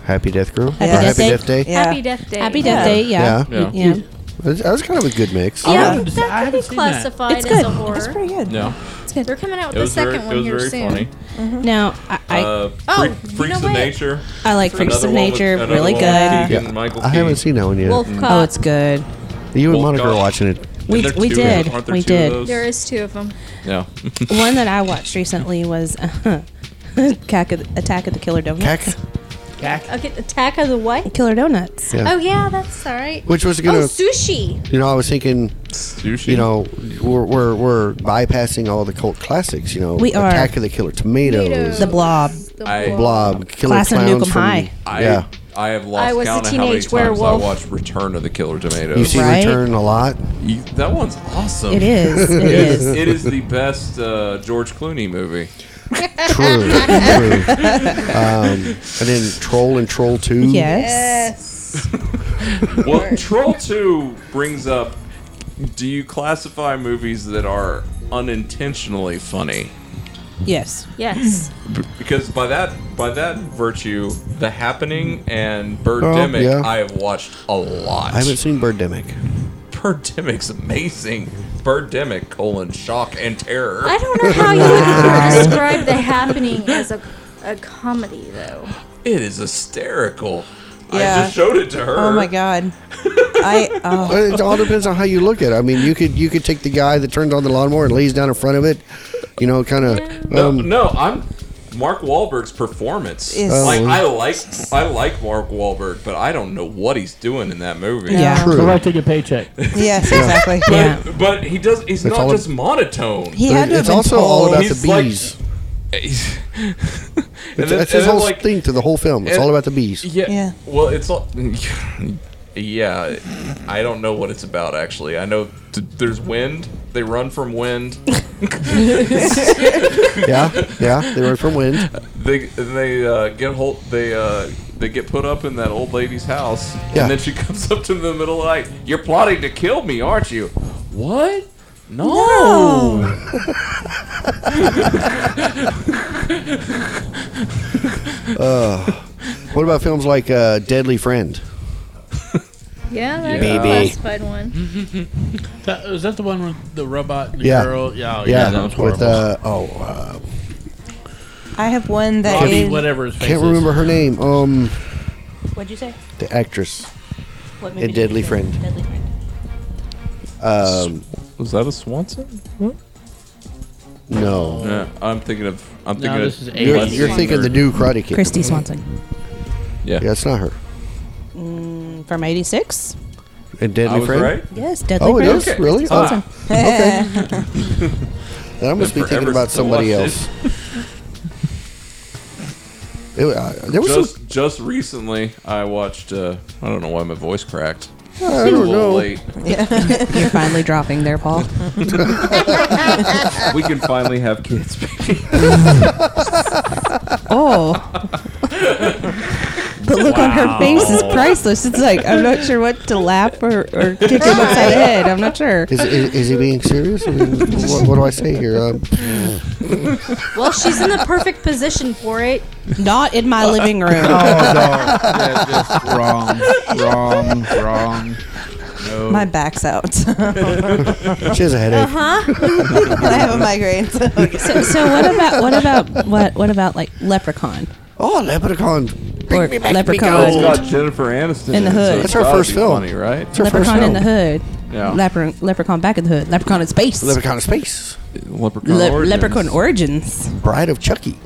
C: Happy Death Girl.
D: Happy
C: Or Happy
D: Death Day.
C: Death Day.
H: Yeah.
G: Happy Death Day.
D: Happy Death Day, yeah.
F: Yeah.
D: Yeah.
C: That was kind of a good mix.
G: Yeah,
E: haven't-
G: that
E: I
G: could
E: haven't
G: be
E: seen that.
G: classified
D: It's
G: as
D: good.
G: a horror.
H: That's pretty good.
F: No.
G: They're coming out with
F: It
G: the
F: was
G: second
F: very,
G: one
F: it was
G: here
F: very
G: soon.
F: funny.
D: Now I I,
F: Uh,
G: Oh,
F: Freak-
G: you
F: Freaks
G: know
F: of
G: what?
F: Nature.
D: I like Freaks
F: Another
D: of
F: one with-
D: Nature,
F: another
D: really
F: one
D: good.
F: with Keegan Michael
C: I haven't
F: Key.
C: seen that one yet.
G: Wolf Cop.
D: Oh, it's good.
C: you and
F: Wolf
C: Monica
F: Cop.
C: are watching it.
D: We-
F: Isn't there
D: we
F: two-
D: did.
F: Aren't there
D: We
F: two of
D: did.
F: those?
G: There is two of them.
F: Yeah.
D: One that I watched recently was uh, Attack of the- Attack of the Killer Donuts.
C: Cack.
G: Okay, Attack of the what?
D: Killer Donuts.
C: Yeah.
G: Oh yeah, that's all right.
C: Which was
G: oh,
C: gonna,
G: sushi.
C: you know, I was thinking,
F: Sushi.
C: you know, we're, we're, we're bypassing all the cult classics. You know,
D: We are.
C: Attack of the Killer Tomatoes,
G: Tomatoes.
D: The Blob.
F: I-
C: Blob, Killer
D: Class of
C: Clowns
D: Nukem
C: from-
D: High.
F: I,
C: yeah,
F: I have lost
G: I was a
F: count of how many
G: teenage
F: times
G: werewolf.
F: I watched Return of the Killer Tomatoes.
C: you see
D: Right?
C: Return a lot.
F: You- that one's awesome.
D: It is. It
F: It is,
D: is.
F: it is the best uh, George Clooney movie.
C: True, true. Um, and then Troll and Troll Two.
D: Yes.
F: Well, Troll 2 brings up do you classify movies that are unintentionally funny?
D: Yes.
G: Yes.
F: Because by that by that virtue, The Happening and Birdemic,
C: yeah.
F: I have watched a lot.
C: I haven't seen Birdemic.
F: Birdemic's amazing. Birdemic: colon shock and terror.
G: I don't know how you would describe the happening as a, a comedy though.
F: It is hysterical. I
H: Yeah.
F: just showed it to her.
H: Oh my god. I oh,
C: But It all depends on how you look at. it. I mean, you could you could take the guy that turns on the lawnmower and lays down in front of it. You know, kind of.
F: No,
C: Um,
F: no, I'm Mark Wahlberg's performance.
H: Is-
F: like I
C: Oh.
F: like I like Mark Wahlberg, but I don't know what he's doing in that movie.
D: Yeah.
E: We're
C: True.
E: about to take a paycheck.
H: Yes, exactly.
D: Yeah.
F: But he does. He's
C: That's
F: not
C: all
F: just monotone.
D: He had to have
C: It's
D: been
C: also all
D: told.
C: about the
F: He's like-
C: bees.
F: He's- and
C: It's,
F: then-
C: that's
F: and
C: his
F: then,
C: whole
F: like,
C: thing to the whole film. It's
F: and-
C: all about the bees.
F: Yeah.
H: Yeah.
F: Well, it's all. yeah, I don't know what it's about actually. I know t- there's wind. They run from wind.
C: Yeah, yeah. They were from wind.
F: They they uh, get hold. They uh, they get put up in that old lady's house,
C: Yeah.
F: and then she comes up to them in the middle of the night. You're plotting to kill me, aren't you? What? No.
C: What about films like uh, Deadly Friend? Uh,
G: Yeah, that's
F: Yeah.
G: a
C: Baby.
G: classified one.
E: That, is that the one with the robot and the
C: Yeah.
E: girl? Yeah, oh, yeah,
C: Yeah,
E: that was horrible.
C: with uh, oh, uh,
H: I have one that
E: Robbie,
H: is-
E: whatever his face
C: can't
E: is.
C: remember her name. Um,
D: What'd you say?
C: the actress.
D: What
C: movie did you Deadly say? Friend.
D: Deadly Friend.
C: Um,
F: Was that a Swanson?
C: no,
F: Yeah, I'm thinking of. I'm
E: No,
F: thinking
E: this is
F: of.
E: eight.
C: you're,
F: Leslie
C: you're thinking the
F: Vernon.
C: new Karate Kid.
D: Christy Swanson
F: Yeah.
C: Yeah, it's not her.
D: from '86.
C: And
F: I
C: Deadly
F: was
C: Friend.
F: right.
D: Yes, Deadly
C: Oh, it
D: Friend.
C: is
F: Okay.
C: really. Oh,
F: Ah,
C: then I must be
F: forever
C: thinking about
F: still
C: somebody
F: watched
C: else. It, wa- uh, there was some,
F: Just just recently, I watched. Uh, I don't know why my voice cracked. I
C: don't know.
F: Late.
D: You're finally dropping there, Paul.
F: We can finally have kids, baby.
D: Oh. The look on her face is priceless. It's like, I'm not sure what to laugh or, or kick him upside the head. I'm not sure.
C: is, is, is he being serious? I mean, what, what do I say here? Um,
G: Well, she's in the perfect position for it.
D: Not in my living room.
I: Oh no, yeah, just wrong, wrong, wrong.
H: my back's out.
C: she has a headache.
H: I have a migraine. So
D: So, so what about what about what what about like Leprechaun
C: Oh, Leprechaun.
D: or Leprechaun?
F: It's got Jennifer Aniston
D: Oh. In the
F: it, so
D: hood.
F: it's
C: That's her
F: gotta
C: first
F: be
C: film.
F: Funny, right?
C: It's her first
D: Leprechaun in
C: film.
D: the hood.
F: Yeah.
D: Lepre- leprechaun back in the hood. Leprechaun in space.
C: Leprechaun in Space.
F: Leprechaun.
D: Le-
F: Origins.
D: leprechaun origins.
C: Bride of Chucky.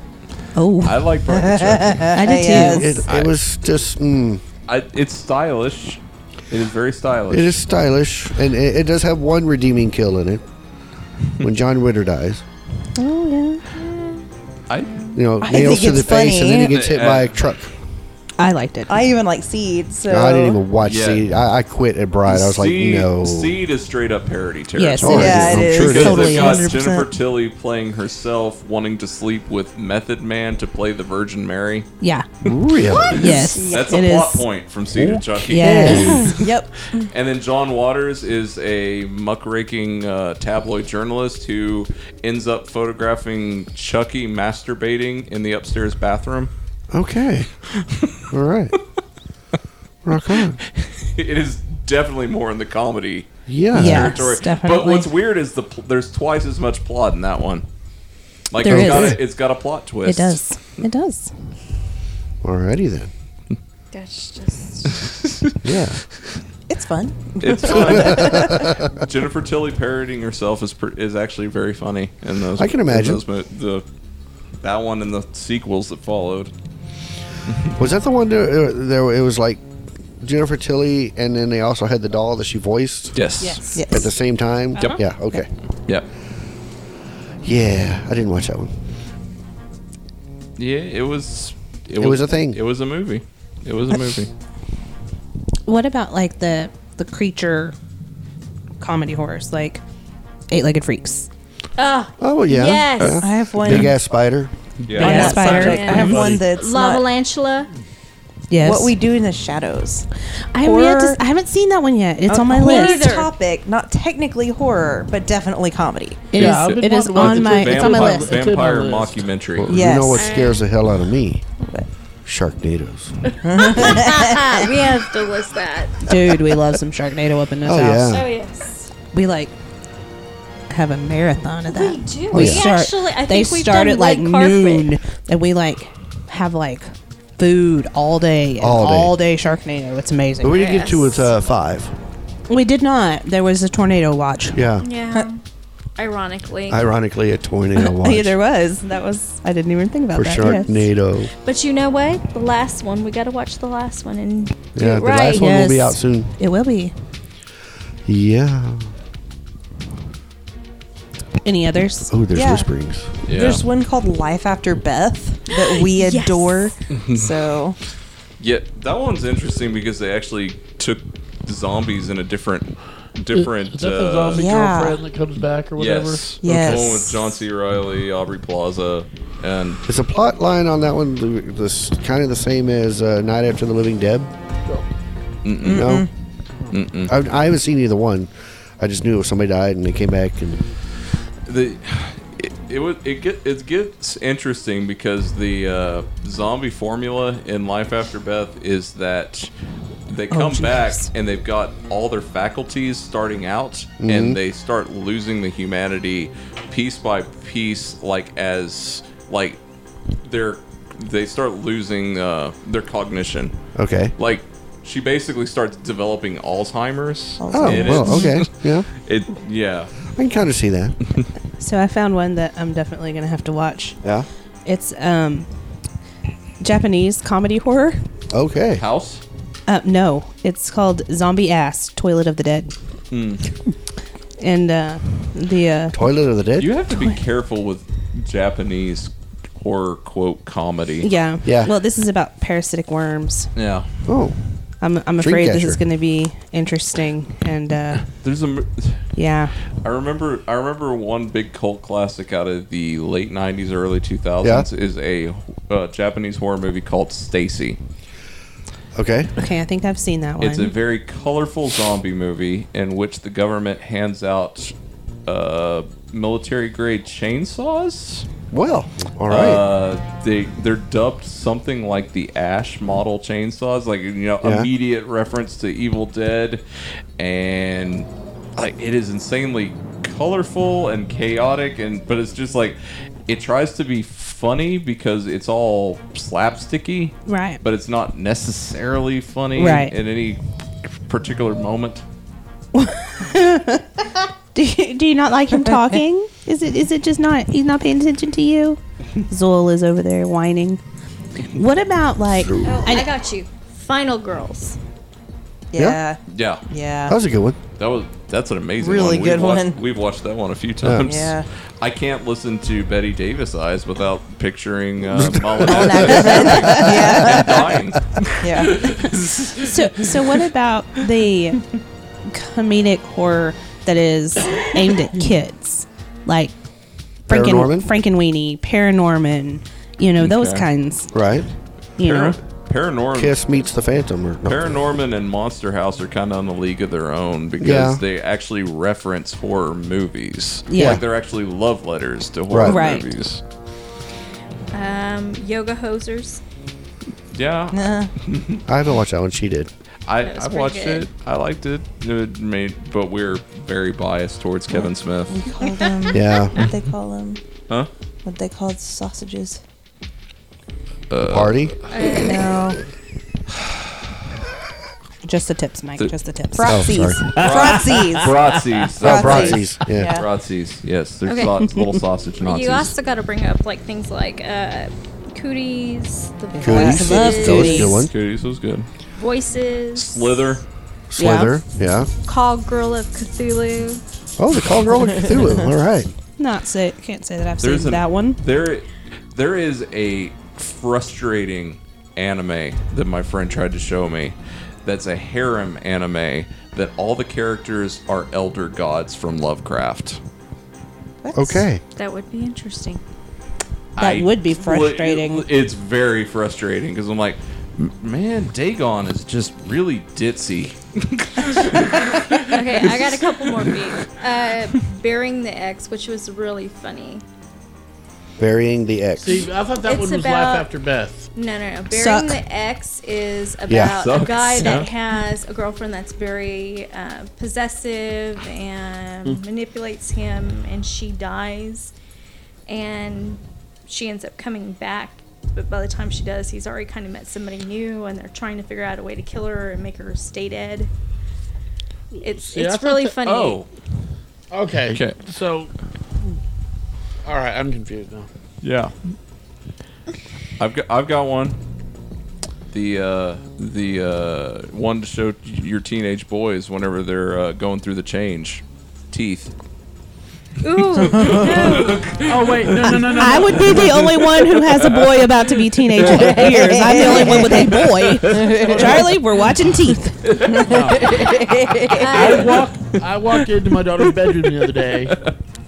D: Oh, uh,
F: I like Brian Chucky.
D: I do too.
C: It, it was just, mm,
F: I, it's stylish. It is very stylish.
C: it is stylish, and it, it does have one redeeming kill in it. When John Witter dies,
D: Oh yeah,
F: I,
C: you know,
H: I
C: nails
H: think
C: to the
H: it's
C: face, and then he
H: funny.
C: gets hit by a truck.
D: I liked it.
H: I even like seeds. So
C: I didn't even watch
F: Yeah.
C: Seed. I, I quit at Bride. I was like,
F: Seed-
C: no.
F: Seed is straight up parody territory.
D: yes,
C: Oh,
H: Yeah,
C: I'm
H: it is.
C: sure it
F: Because
H: Totally,
F: it got
H: 100%.
F: Jennifer Tilly playing herself, wanting to sleep with Method Man to play the Virgin Mary.
D: yeah,
C: Really?
D: yes.
F: That's
D: it
F: a plot
D: is.
F: point from Cedar Chucky.
D: Yes.
H: Yep.
F: And then John Waters is a muckraking uh, tabloid journalist who ends up photographing Chucky masturbating in the upstairs bathroom.
C: Okay. All right. Rock on.
F: It is definitely more in the comedy
C: Yeah.
D: Yeah.
F: territory.
D: Yes, definitely.
F: But what's weird is the pl- there's twice as much plot in that one. Like
D: There
F: it's
D: is.
F: got a, it's got a plot
D: it
F: twist.
D: does. It does.
C: Alrighty then.
G: That's just.
C: Yeah.
H: It's fun.
F: It's fun. Jennifer Tilly parodying herself is pr- is actually very funny in those.
C: I can
F: in
C: imagine.
F: those mo- the that one and the sequels that followed.
C: Was that the one that, uh, there? It was like Jennifer Tilly, and then they also had the doll that she voiced
F: Yes.
D: Yes.
H: Yes.
C: at the same time.
F: Yep.
C: Yeah. Okay.
F: Yep.
C: Yeah. I didn't watch that one.
F: Yeah. It was. It,
C: was a thing.
F: It was a movie. It was a movie.
D: What about like the the creature comedy horrors, like Eight Legged Freaks?
G: Ah,
C: Oh yeah.
G: Yes.
H: I have one.
C: Big ass spider.
F: Yeah.
H: on
D: Yeah.
H: that
D: Spider.
H: subject, I have one that's
G: Lava
H: not-
G: Lantula.
D: Yes.
H: What we do in the shadows.
D: I haven't, yet to-
H: horror-
D: I haven't seen that one yet. It's on my
H: Horror
D: list.
H: topic, not technically horror, but definitely comedy.
D: It
E: Yeah, I've
D: is.
E: been
D: It is
E: wanting to watch
D: on
E: it.
D: my. It's on my
E: Vampire-
D: list.
E: It's in my
F: Vampire
E: list.
F: mockumentary.
C: You
H: Yes.
C: know what scares the hell out of me?
H: What?
C: Sharknadoes.
G: Ah, we have to list that.
D: Dude, we love some Sharknado up in this
C: Oh,
D: house.
C: yeah.
G: Oh yes.
D: We like have a marathon of that.
G: We do.
C: We
G: We
D: start-
G: actually. I think
D: they
G: we've
D: start
G: done
D: at like
G: red carpet.
D: noon, and we like have like food all day, and
C: All day.
D: all day Sharknado. It's amazing.
C: But we
D: We,
C: didn't get to with uh, five.
D: did not. There was a tornado watch.
C: Yeah.
G: Yeah. ironically.
C: Ironically, a tornado watch
D: Yeah, there was. That was. I didn't even think about
C: for
D: that. Yes.
C: Sharknado.
G: but you know what? The last one, we got to watch the last one and do
C: Yeah,
G: it
C: the
G: right.
C: last one will be
D: yes.
C: out soon.
D: It will be.
C: Yeah.
D: Any others?
C: Oh, there's
H: Yeah.
C: whisperings.
F: Yeah.
H: There's one called Life After Beth that we
G: Yes.
H: adore. so
F: Yeah, that one's interesting because they actually took zombies in a different, different.
E: Is that the
F: uh,
E: zombie
H: Yeah.
E: girlfriend that comes back or whatever?
F: yes,
H: Yes.
F: The one with John C. Riley, Aubrey Plaza, and
C: Is a plot line on that one the, this kind of the same as uh, Night After the Living Dead? No. I, I haven't seen either one. I just knew somebody died and they came back and
F: the it, it was it get it gets interesting because the uh, zombie formula in Life After Beth is that they
C: Oh,
F: come back and they've got all their faculties starting out
C: Mm-hmm.
F: and they start losing the humanity piece by piece like as like they're they start losing uh, their cognition
C: okay.
F: like she basically starts developing Alzheimer's.
C: Oh
F: And
C: well,
F: it's-
C: okay, yeah.
F: It yeah.
C: I can kind of see that.
D: So I found one that I'm definitely gonna have to watch.
C: Yeah.
D: It's um, Japanese comedy horror.
C: Okay.
F: House.
D: Uh, no, it's called Zombie Ass Toilet of the Dead.
C: Hmm.
D: And uh, the uh,
C: Toilet of the Dead.
F: You have to be careful with Japanese horror quote comedy.
D: yeah,
C: Yeah.
D: Well, this is about parasitic worms.
F: Yeah.
C: oh,
D: I'm I'm afraid this is
C: Dreamcatcher.
D: going to be interesting. And uh,
F: There's a m-
D: yeah,
F: I remember I remember one big cult classic out of the late 90s early 2000s is a uh, Japanese horror movie called Stacy.
C: okay.
D: okay, I think I've seen that one.
F: It's a very colorful zombie movie in which the government hands out uh, military grade chainsaws.
C: Well, all right.
F: Uh, they they're dubbed something like the Ash model chainsaws, like you know,
C: Yeah.
F: immediate reference to Evil Dead, and like it is insanely colorful and chaotic, and but it's just like it tries to be funny because it's all slapsticky,
D: Right.
F: But it's not necessarily funny
D: Right.
F: in any particular moment.
D: do, you, do you not like him talking? is it is it just not he's not paying attention to you? Zol is over there whining. What about like
G: Oh, I got you. Final girls.
H: yeah,
F: Yeah,
H: yeah.
C: that was a good one.
F: That was that's an amazing
H: Really
F: one.
H: good
F: we've watched,
H: one.
F: We've watched that one a few times.
H: Yeah.
F: I can't listen to Betty Davis eyes without picturing uh, Mullen
H: yeah,
F: dying.
H: yeah.
D: so so what about the comedic horror that is aimed at kids like Franken
C: Paranorman?
D: Frankenweenie, Paranorman, you know those
F: Okay.
D: kinds.
C: Right.
D: You know,
F: Para- Paranorman.
C: Kiss meets the Phantom, or no.
F: Paranorman and Monster House are kind of on the league of their own because
C: Yeah.
F: they actually reference horror movies.
D: Yeah.
F: Like they're actually love letters to horror
D: Right. Right.
F: movies.
G: Um, yoga hosers.
F: Yeah.
H: Nah.
C: I haven't watched that one. She did.
F: I,
G: That was
F: I
G: pretty
F: watched
G: good.
F: it. I liked it. It made, but we're very biased towards Kevin Smith.
H: Called them.
C: Yeah.
H: What they call them?
F: Huh?
H: What they call sausages?
C: Party.
H: No,
D: just the tips, Mike. just the tips.
H: Frotsies.
C: sorry.
H: Frotsies.
F: Bratzies.
C: Oh,
F: That's right.
C: Bratzies. Yeah.
H: Yeah.
F: Bratzies, yes. They're
G: Okay.
F: sa- little sausage Nazis.
G: You also got to bring up like things like uh, cooties, the
C: Cooties.
H: I love
C: That was a
H: cooties.
C: good one.
F: Cooties was good.
G: voices,
F: Slither.
C: Slither. Yeah.
G: call girl of Cthulhu.
C: Oh, the Call Girl with Cthulhu. All right.
D: Not say can't say that I've
F: There's
D: seen
F: an-
D: that one.
F: There, there is a frustrating anime that my friend tried to show me. That's a harem anime that all the characters are elder gods from Lovecraft.
C: Okay.
G: That would be interesting.
D: That would be frustrating.
F: Well, it- It's very frustrating because I'm like, "M- man, Dagon is just really ditzy.
G: Okay, I got a couple more beats. Uh, Bearing the X, which was really funny.
C: Burying the X.
E: See, I thought that
G: It's
E: one was
G: about-
E: Life After Beth.
G: No, no, no. Burying
D: Suck.
G: the X is about
C: Yeah.
F: Sucks.
G: a guy that
F: Yeah.
G: has a girlfriend that's very uh, possessive and
E: Hmm.
G: manipulates him, and she dies, and she ends up coming back. But by the time she does, he's already kind of met somebody new, and they're trying to figure out a way to kill her and make her stay dead. It's
E: I
G: it's
E: thought
G: really
E: that-
G: funny.
F: Oh,
I: Okay.
F: Okay.
I: So, all right, I'm confused now.
F: Yeah. I've got I've got one. The uh, the uh, one to show your teenage boys whenever they're uh, going through the change, teeth.
G: um,
E: Oh wait, no, no, no, no.
D: I would be the only one who has a boy about to be teenage years. I'm the only one with a boy. Charlie, we're watching teeth.
E: I walk. I walked into my daughter's bedroom the other day,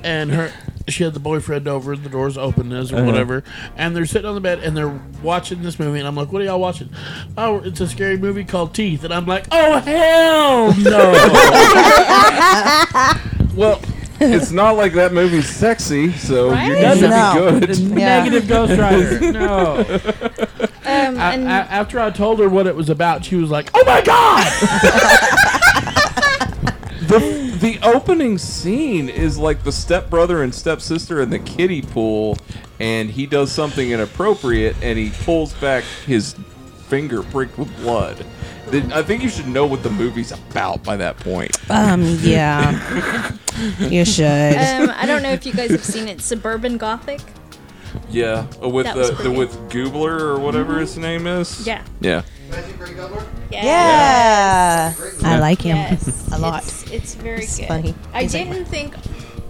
E: and her she had the boyfriend over. The doors open, as
F: Uh-huh.
E: or whatever, and they're sitting on the bed and they're watching this movie. And I'm like, "What are y'all watching? Oh, it's a scary movie called Teeth." And I'm like, "Oh hell no!"
F: Well, it's not like that movie's sexy, so you're
G: Right?
F: going to
H: No.
F: be good.
E: Negative Ghost Rider. No.
G: Um,
E: I, I,
G: and
E: after I told her what it was about, she was like, "Oh my god!"
F: The, the opening scene is like the stepbrother and stepsister in the kiddie pool, and he does something inappropriate, and he pulls back his finger pricked with blood. Then I think you should know what the movie's about by that point.
D: Um, yeah. You should.
G: um, I don't know if you guys have seen it, Suburban Gothic.
F: Yeah, uh, with
G: That
F: the,
G: was
F: the
G: pretty.
F: with Goobler or whatever his name is.
G: Yeah.
F: Yeah.
G: Yeah.
H: Yeah.
D: I like him.
G: Yes.
D: A lot.
G: It's, it's very
H: It's
G: good.
H: funny.
G: I
H: He's like-
G: didn't think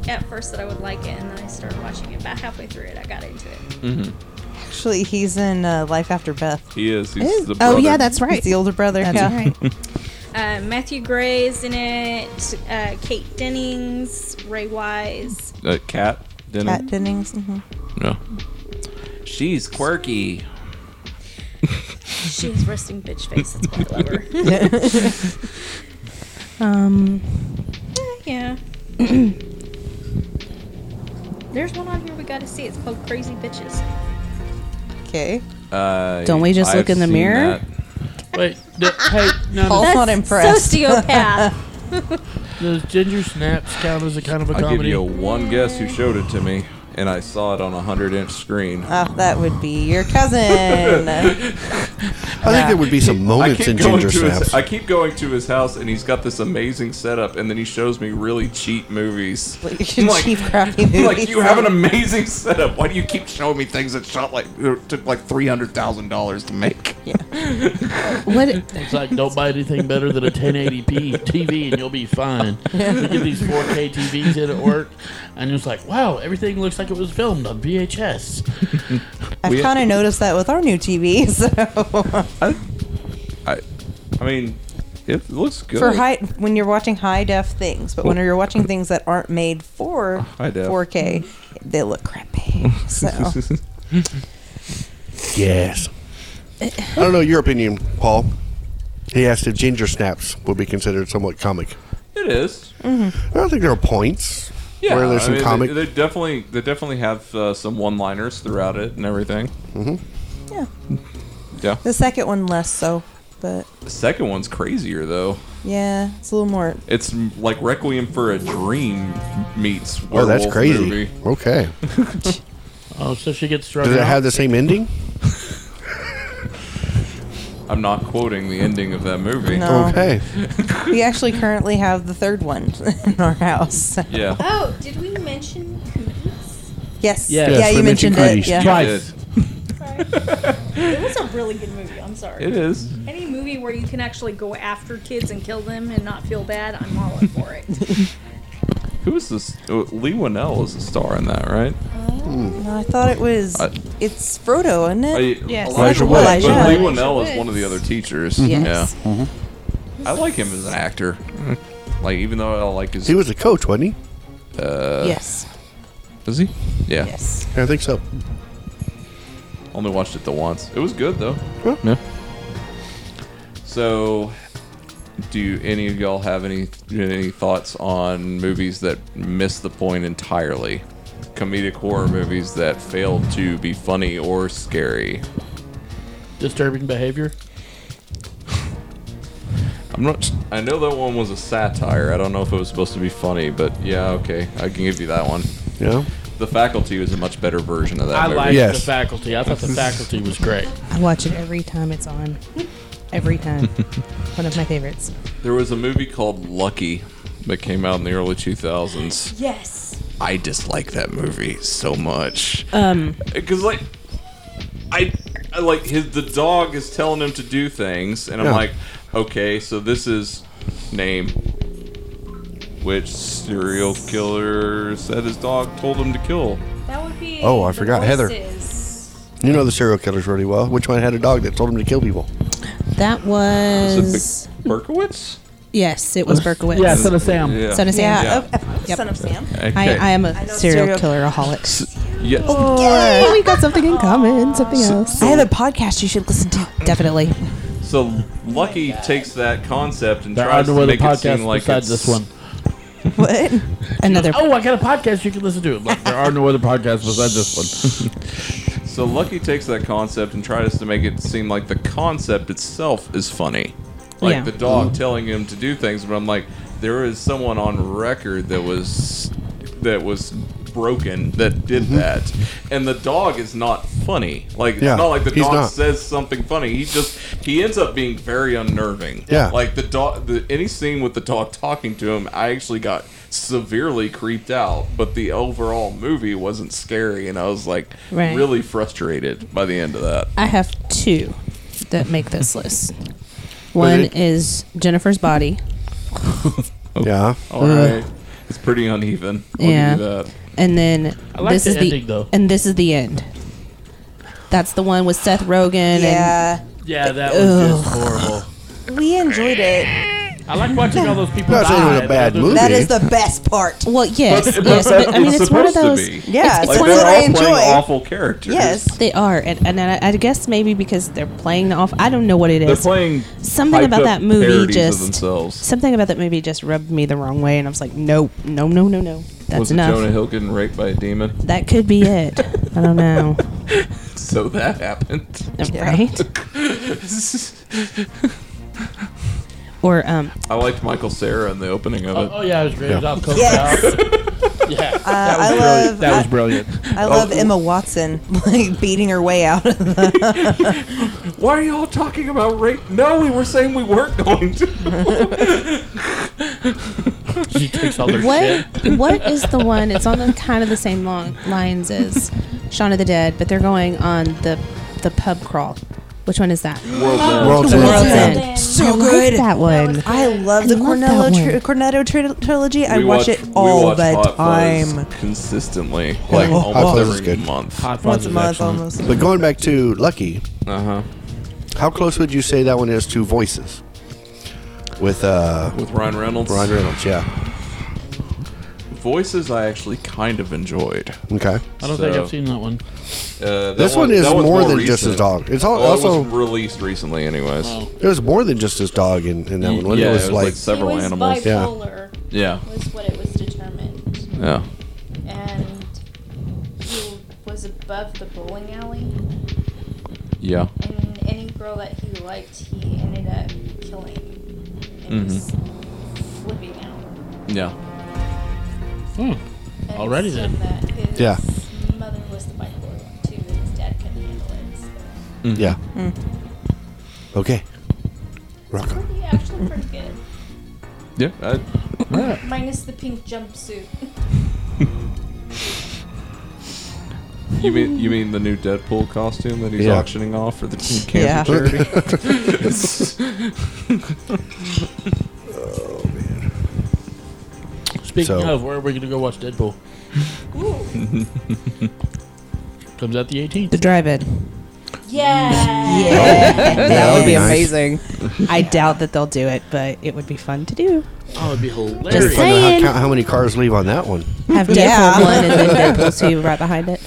G: at first that I would like it, and then I started watching it. About halfway through it, I got into it.
H: Actually, he's in uh, Life After Beth.
F: He is. He's
D: Is-
F: the
D: oh
F: brother.
D: yeah, that's
H: He's
D: right.
H: the older brother.
D: That's
H: yeah.
D: right.
G: Uh, Matthew Gray's in it. Uh, Kate Dennings, Ray Wise.
F: uh, Cat. Denny.
H: Cat Dennings. mhm.
F: No. She's quirky.
G: She has resting bitch face. That's why I love her.
D: Um,
G: yeah. There's one on here we got to see. It's called Crazy Bitches.
H: Okay.
F: Uh,
D: Don't we just
F: I've
D: look in the
F: seen
D: mirror?
E: Wait, d- hey, no,
H: Paul's not impressed.
G: Sociopath.
E: does Ginger Snaps count as a kind of a
F: I'll give
E: comedy?
F: you one guess who showed it to me, and I saw it on a hundred-inch screen.
H: Oh, that would be your cousin.
C: I think there would be some
F: I
C: moments
F: keep,
C: in
F: going
C: Ginger
F: to
C: Snaps.
F: his, I keep going to his house, and he's got this amazing setup, and then he shows me really cheap movies. I'm like,
H: Chief Crappy
F: I'm like
H: movies.
F: you have an amazing setup. Why do you keep showing me things that shot like it took like three hundred thousand dollars to make?
D: what?
E: It's like don't buy anything better than a 1080p TV and you'll be fine. We get these 4K TVs in at work, and it's like, wow, everything looks like it was filmed on VHS.
H: I've
F: We-
H: kind of noticed that with our new TV. So
F: I, I mean, it looks good.
H: for high, when you're watching high def things, but when you're watching things that aren't made for
F: Oh. High def.
H: 4K, they look crappy. So
C: yes. I don't know your opinion, Paul. He asked if Ginger Snaps would be considered somewhat comic.
F: it is.
C: I don't think there are points
F: Yeah,
C: Mm. where there's
F: I
C: some
F: mean, they-
C: comic.
F: They, definitely, they definitely have uh, some one-liners throughout it and everything.
H: yeah,
F: Yeah.
H: the second one less so, but
F: The second one's crazier though.
H: yeah, it's a little more.
F: It's m- like Requiem for a Dream meets werewolf
C: oh, that's crazy.
F: movie.
C: Okay.
E: Oh, so she gets thrown
C: Does it
E: out.
C: have the same ending?
F: I'm not quoting the ending of that movie.
H: No. Oh.
C: Okay.
H: We actually currently have the third one in our house. so-
F: Yeah.
G: Oh, did we mention committees?
E: Yes.
H: Yes. Yeah,
E: Yes,
H: you
C: we mentioned
H: mentioned, it.
C: Cooties.
H: Yeah.
E: Twice.
G: It was a really good movie. I'm sorry.
F: It is.
G: Any movie where you can actually go after kids and kill them and not feel bad, I'm all in for it.
F: Who is this? oh, Lee Winnell is the star in that, right?
H: No, I thought it was.
F: I-
H: it's Frodo, isn't it?
F: I-
D: Yes.
F: Elijah
H: Uh, Elijah
F: Wood.
H: Wood.
F: But Lee
H: Elijah
F: Winnell is
G: Wood.
F: one of the other teachers.
D: Yes.
F: Yeah.
C: Mm-hmm.
F: I like him as an actor. Like even though I like his
C: He was a coach, wasn't he?
F: uh,
D: yes.
F: is he? Yeah.
H: Yes.
C: I think so.
F: Only watched it the once. It was good though.
C: Yeah.
F: So, do any of y'all have any any thoughts on movies that miss the point entirely? Comedic horror movies that failed to be funny or scary.
E: Disturbing behavior.
F: I'm not. I know that one was a satire. I don't know if it was supposed to be funny, but yeah, okay, I can give you that one.
C: Yeah.
F: The Faculty was a much better version of that
E: I
F: movie.
E: liked
C: Yes.
E: the faculty. I thought the faculty was great.
D: I watch it every time it's on. Every time. One of my favorites.
F: There was a movie called Lucky that came out in the early 2000s.
G: Yes.
F: I dislike that movie so much.
D: Um,
F: because like I, I like his the dog is telling him to do things and i'm
C: Yeah.
F: like okay so this is name which serial killer said his dog told him to kill
G: That would be.
C: Oh, I
G: the
C: forgot Heather.
G: voices.
C: You know the serial killers really well. Which one had a dog that told him to kill people?
D: that was
F: Is it Ber- Berkowitz?
D: yes, it was Berkowitz.
E: Yeah, son of Sam.
F: Yeah.
D: Son of Sam.
H: Yeah.
F: Yeah.
H: oh, oh,
D: Yep.
H: Son of Sam.
D: I, I am a
H: know
D: serial
H: serial-
D: killer aholic.
F: yeah.
D: Yay, we got something in common. Something else.
H: I have a podcast you should listen to.
D: Definitely.
F: So Lucky takes that concept and
E: There are
F: tries
E: no
F: to
E: other
F: make it seem
E: podcasts
F: like
E: besides
F: it's
E: this one.
H: What?
D: Another.
E: Oh, I got a podcast you can listen to. Like, there are no other podcasts besides this one.
F: So Lucky takes that concept and tries to make it seem like the concept itself is funny. Like
D: Yeah.
F: the dog telling him to do things, but I'm like, there is someone on record that was that was broken that did that. And the dog is not funny. Like
C: Mm-hmm. Yeah,
F: it's not like the
C: he's
F: dog
C: not.
F: says something funny. He just he ends up being very unnerving.
C: Yeah.
F: Like the dog the any scene with the dog talking to him, I actually got severely creeped out, but the overall movie wasn't scary and I was like
D: Right.
F: really frustrated by the end of that.
D: I have two that make this list. One
C: it-
D: is Jennifer's body,
F: Oh.
C: Yeah.
F: All right. It's pretty uneven. I'll
D: Yeah.
F: give you that.
D: and then
E: like
D: this
E: the
D: is
E: ending,
D: the
E: though.
D: and this is the end. That's the one with Seth Rogen.
H: Yeah.
E: Yeah, that was just horrible.
H: We enjoyed it.
E: I like watching all those people
C: Not saying it was
E: die.
C: a bad movie.
H: That is the best part.
D: And, well, yes,
F: But-
D: yes.
F: but
D: But, I mean,
F: it's
D: it's, one of
F: supposed
D: those.
F: to be.
H: Yeah,
D: it's
F: Like
H: like
D: one
H: what
D: of
F: they're
H: I
F: all
H: enjoy.
F: playing awful characters.
H: Yes.
D: They are, and, and I, I guess maybe because they're playing off. I don't know what it
F: They're
D: is.
F: playing
D: Something
F: hyped
D: about
F: up
D: that movie
F: parodies
D: just-
F: of themselves.
D: Something about that movie just rubbed me the wrong way, and I was like, nope, no, no, no, no. That's
F: was
D: enough.
F: it Jonah Hill getting raped by a demon?
D: That could be it. I don't know.
F: So that happened.
D: Right? Or um,
F: I liked Michael Sarah in the opening of it.
E: Oh, yeah, it was great. It was all coked
H: Yes.
E: out. yeah.
H: Uh, I love.
E: That was
H: I,
E: brilliant.
H: I love Emma Watson like beating her way out of the
F: Why are y'all talking about rape? No, we were saying we weren't going to.
E: She takes all their shit.
D: what what is the one? It's on the kind of the same long lines as Shaun of the Dead, but they're going on the the pub crawl. Which one is that?
C: World's End.
D: World's
H: End.
D: End.
H: So
D: I like
H: Oh, good.
D: that one.
H: I love the
D: I love that
H: Cornello
D: one.
H: tri- Cornetto tri- trilogy. I
F: We
H: watch, it all
F: we watch
H: the
F: Hot Fuzz
H: time.
F: consistently, like
C: Hot
F: almost
C: Fuzz is
F: every
C: good.
F: month.
E: Hot Fuzz
H: Once a
E: is
H: month,
E: excellent.
H: almost.
C: But going back to Lucky,
F: Uh
C: Uh-huh.
F: huh.
C: how close would you say that one is to Voices? With uh,
F: With Ryan Reynolds.
C: Ryan Reynolds, yeah.
F: Voices I actually kind of enjoyed.
C: Okay.
E: I don't think
F: So-
E: I've seen that one.
F: Uh, that
C: This one is
F: that one's
C: more than just
F: recent.
C: his dog. It's all-
F: Well, it was
C: also-
F: released recently, anyways.
C: It was more than just his dog in, in that one. wasn't it?
F: yeah,
C: it was like,
F: several
G: it was
F: animals.
C: Yeah.
G: Bipolar
F: Yeah,
G: was what it was determined,
F: yeah.
G: and he was above the bowling alley,
F: Yeah.
G: and any girl that he liked, he ended up killing
C: Mm-hmm.
G: and just flipping out.
F: Yeah.
G: And
E: Alrighty
G: so
E: then.
G: That his
C: Yeah.
G: Mother was the bipolar one too, and his dad couldn't handle it. So.
C: yeah.
H: Hmm.
C: Okay. Rock on.
G: Pretty actually pretty good,
F: Yeah. Uh, I,
G: minus the pink jumpsuit.
F: you mean you mean the new Deadpool costume that he's
C: Yeah.
F: auctioning off for the teen cancer
H: Yeah.
F: charity?
E: Speaking
C: So-
E: of, where are we going to go watch Deadpool? Comes out the 18th.
D: The drive-in.
G: Yeah.
H: that would be
C: nice.
H: amazing.
D: I doubt that they'll do it, but it would be fun to do.
E: Oh, it'd be hilarious.
D: Just
C: Find out how-
D: saying.
C: count how, many cars leave on that one.
D: Have Deadpool
H: Yeah.
D: one and then Deadpool two right behind it.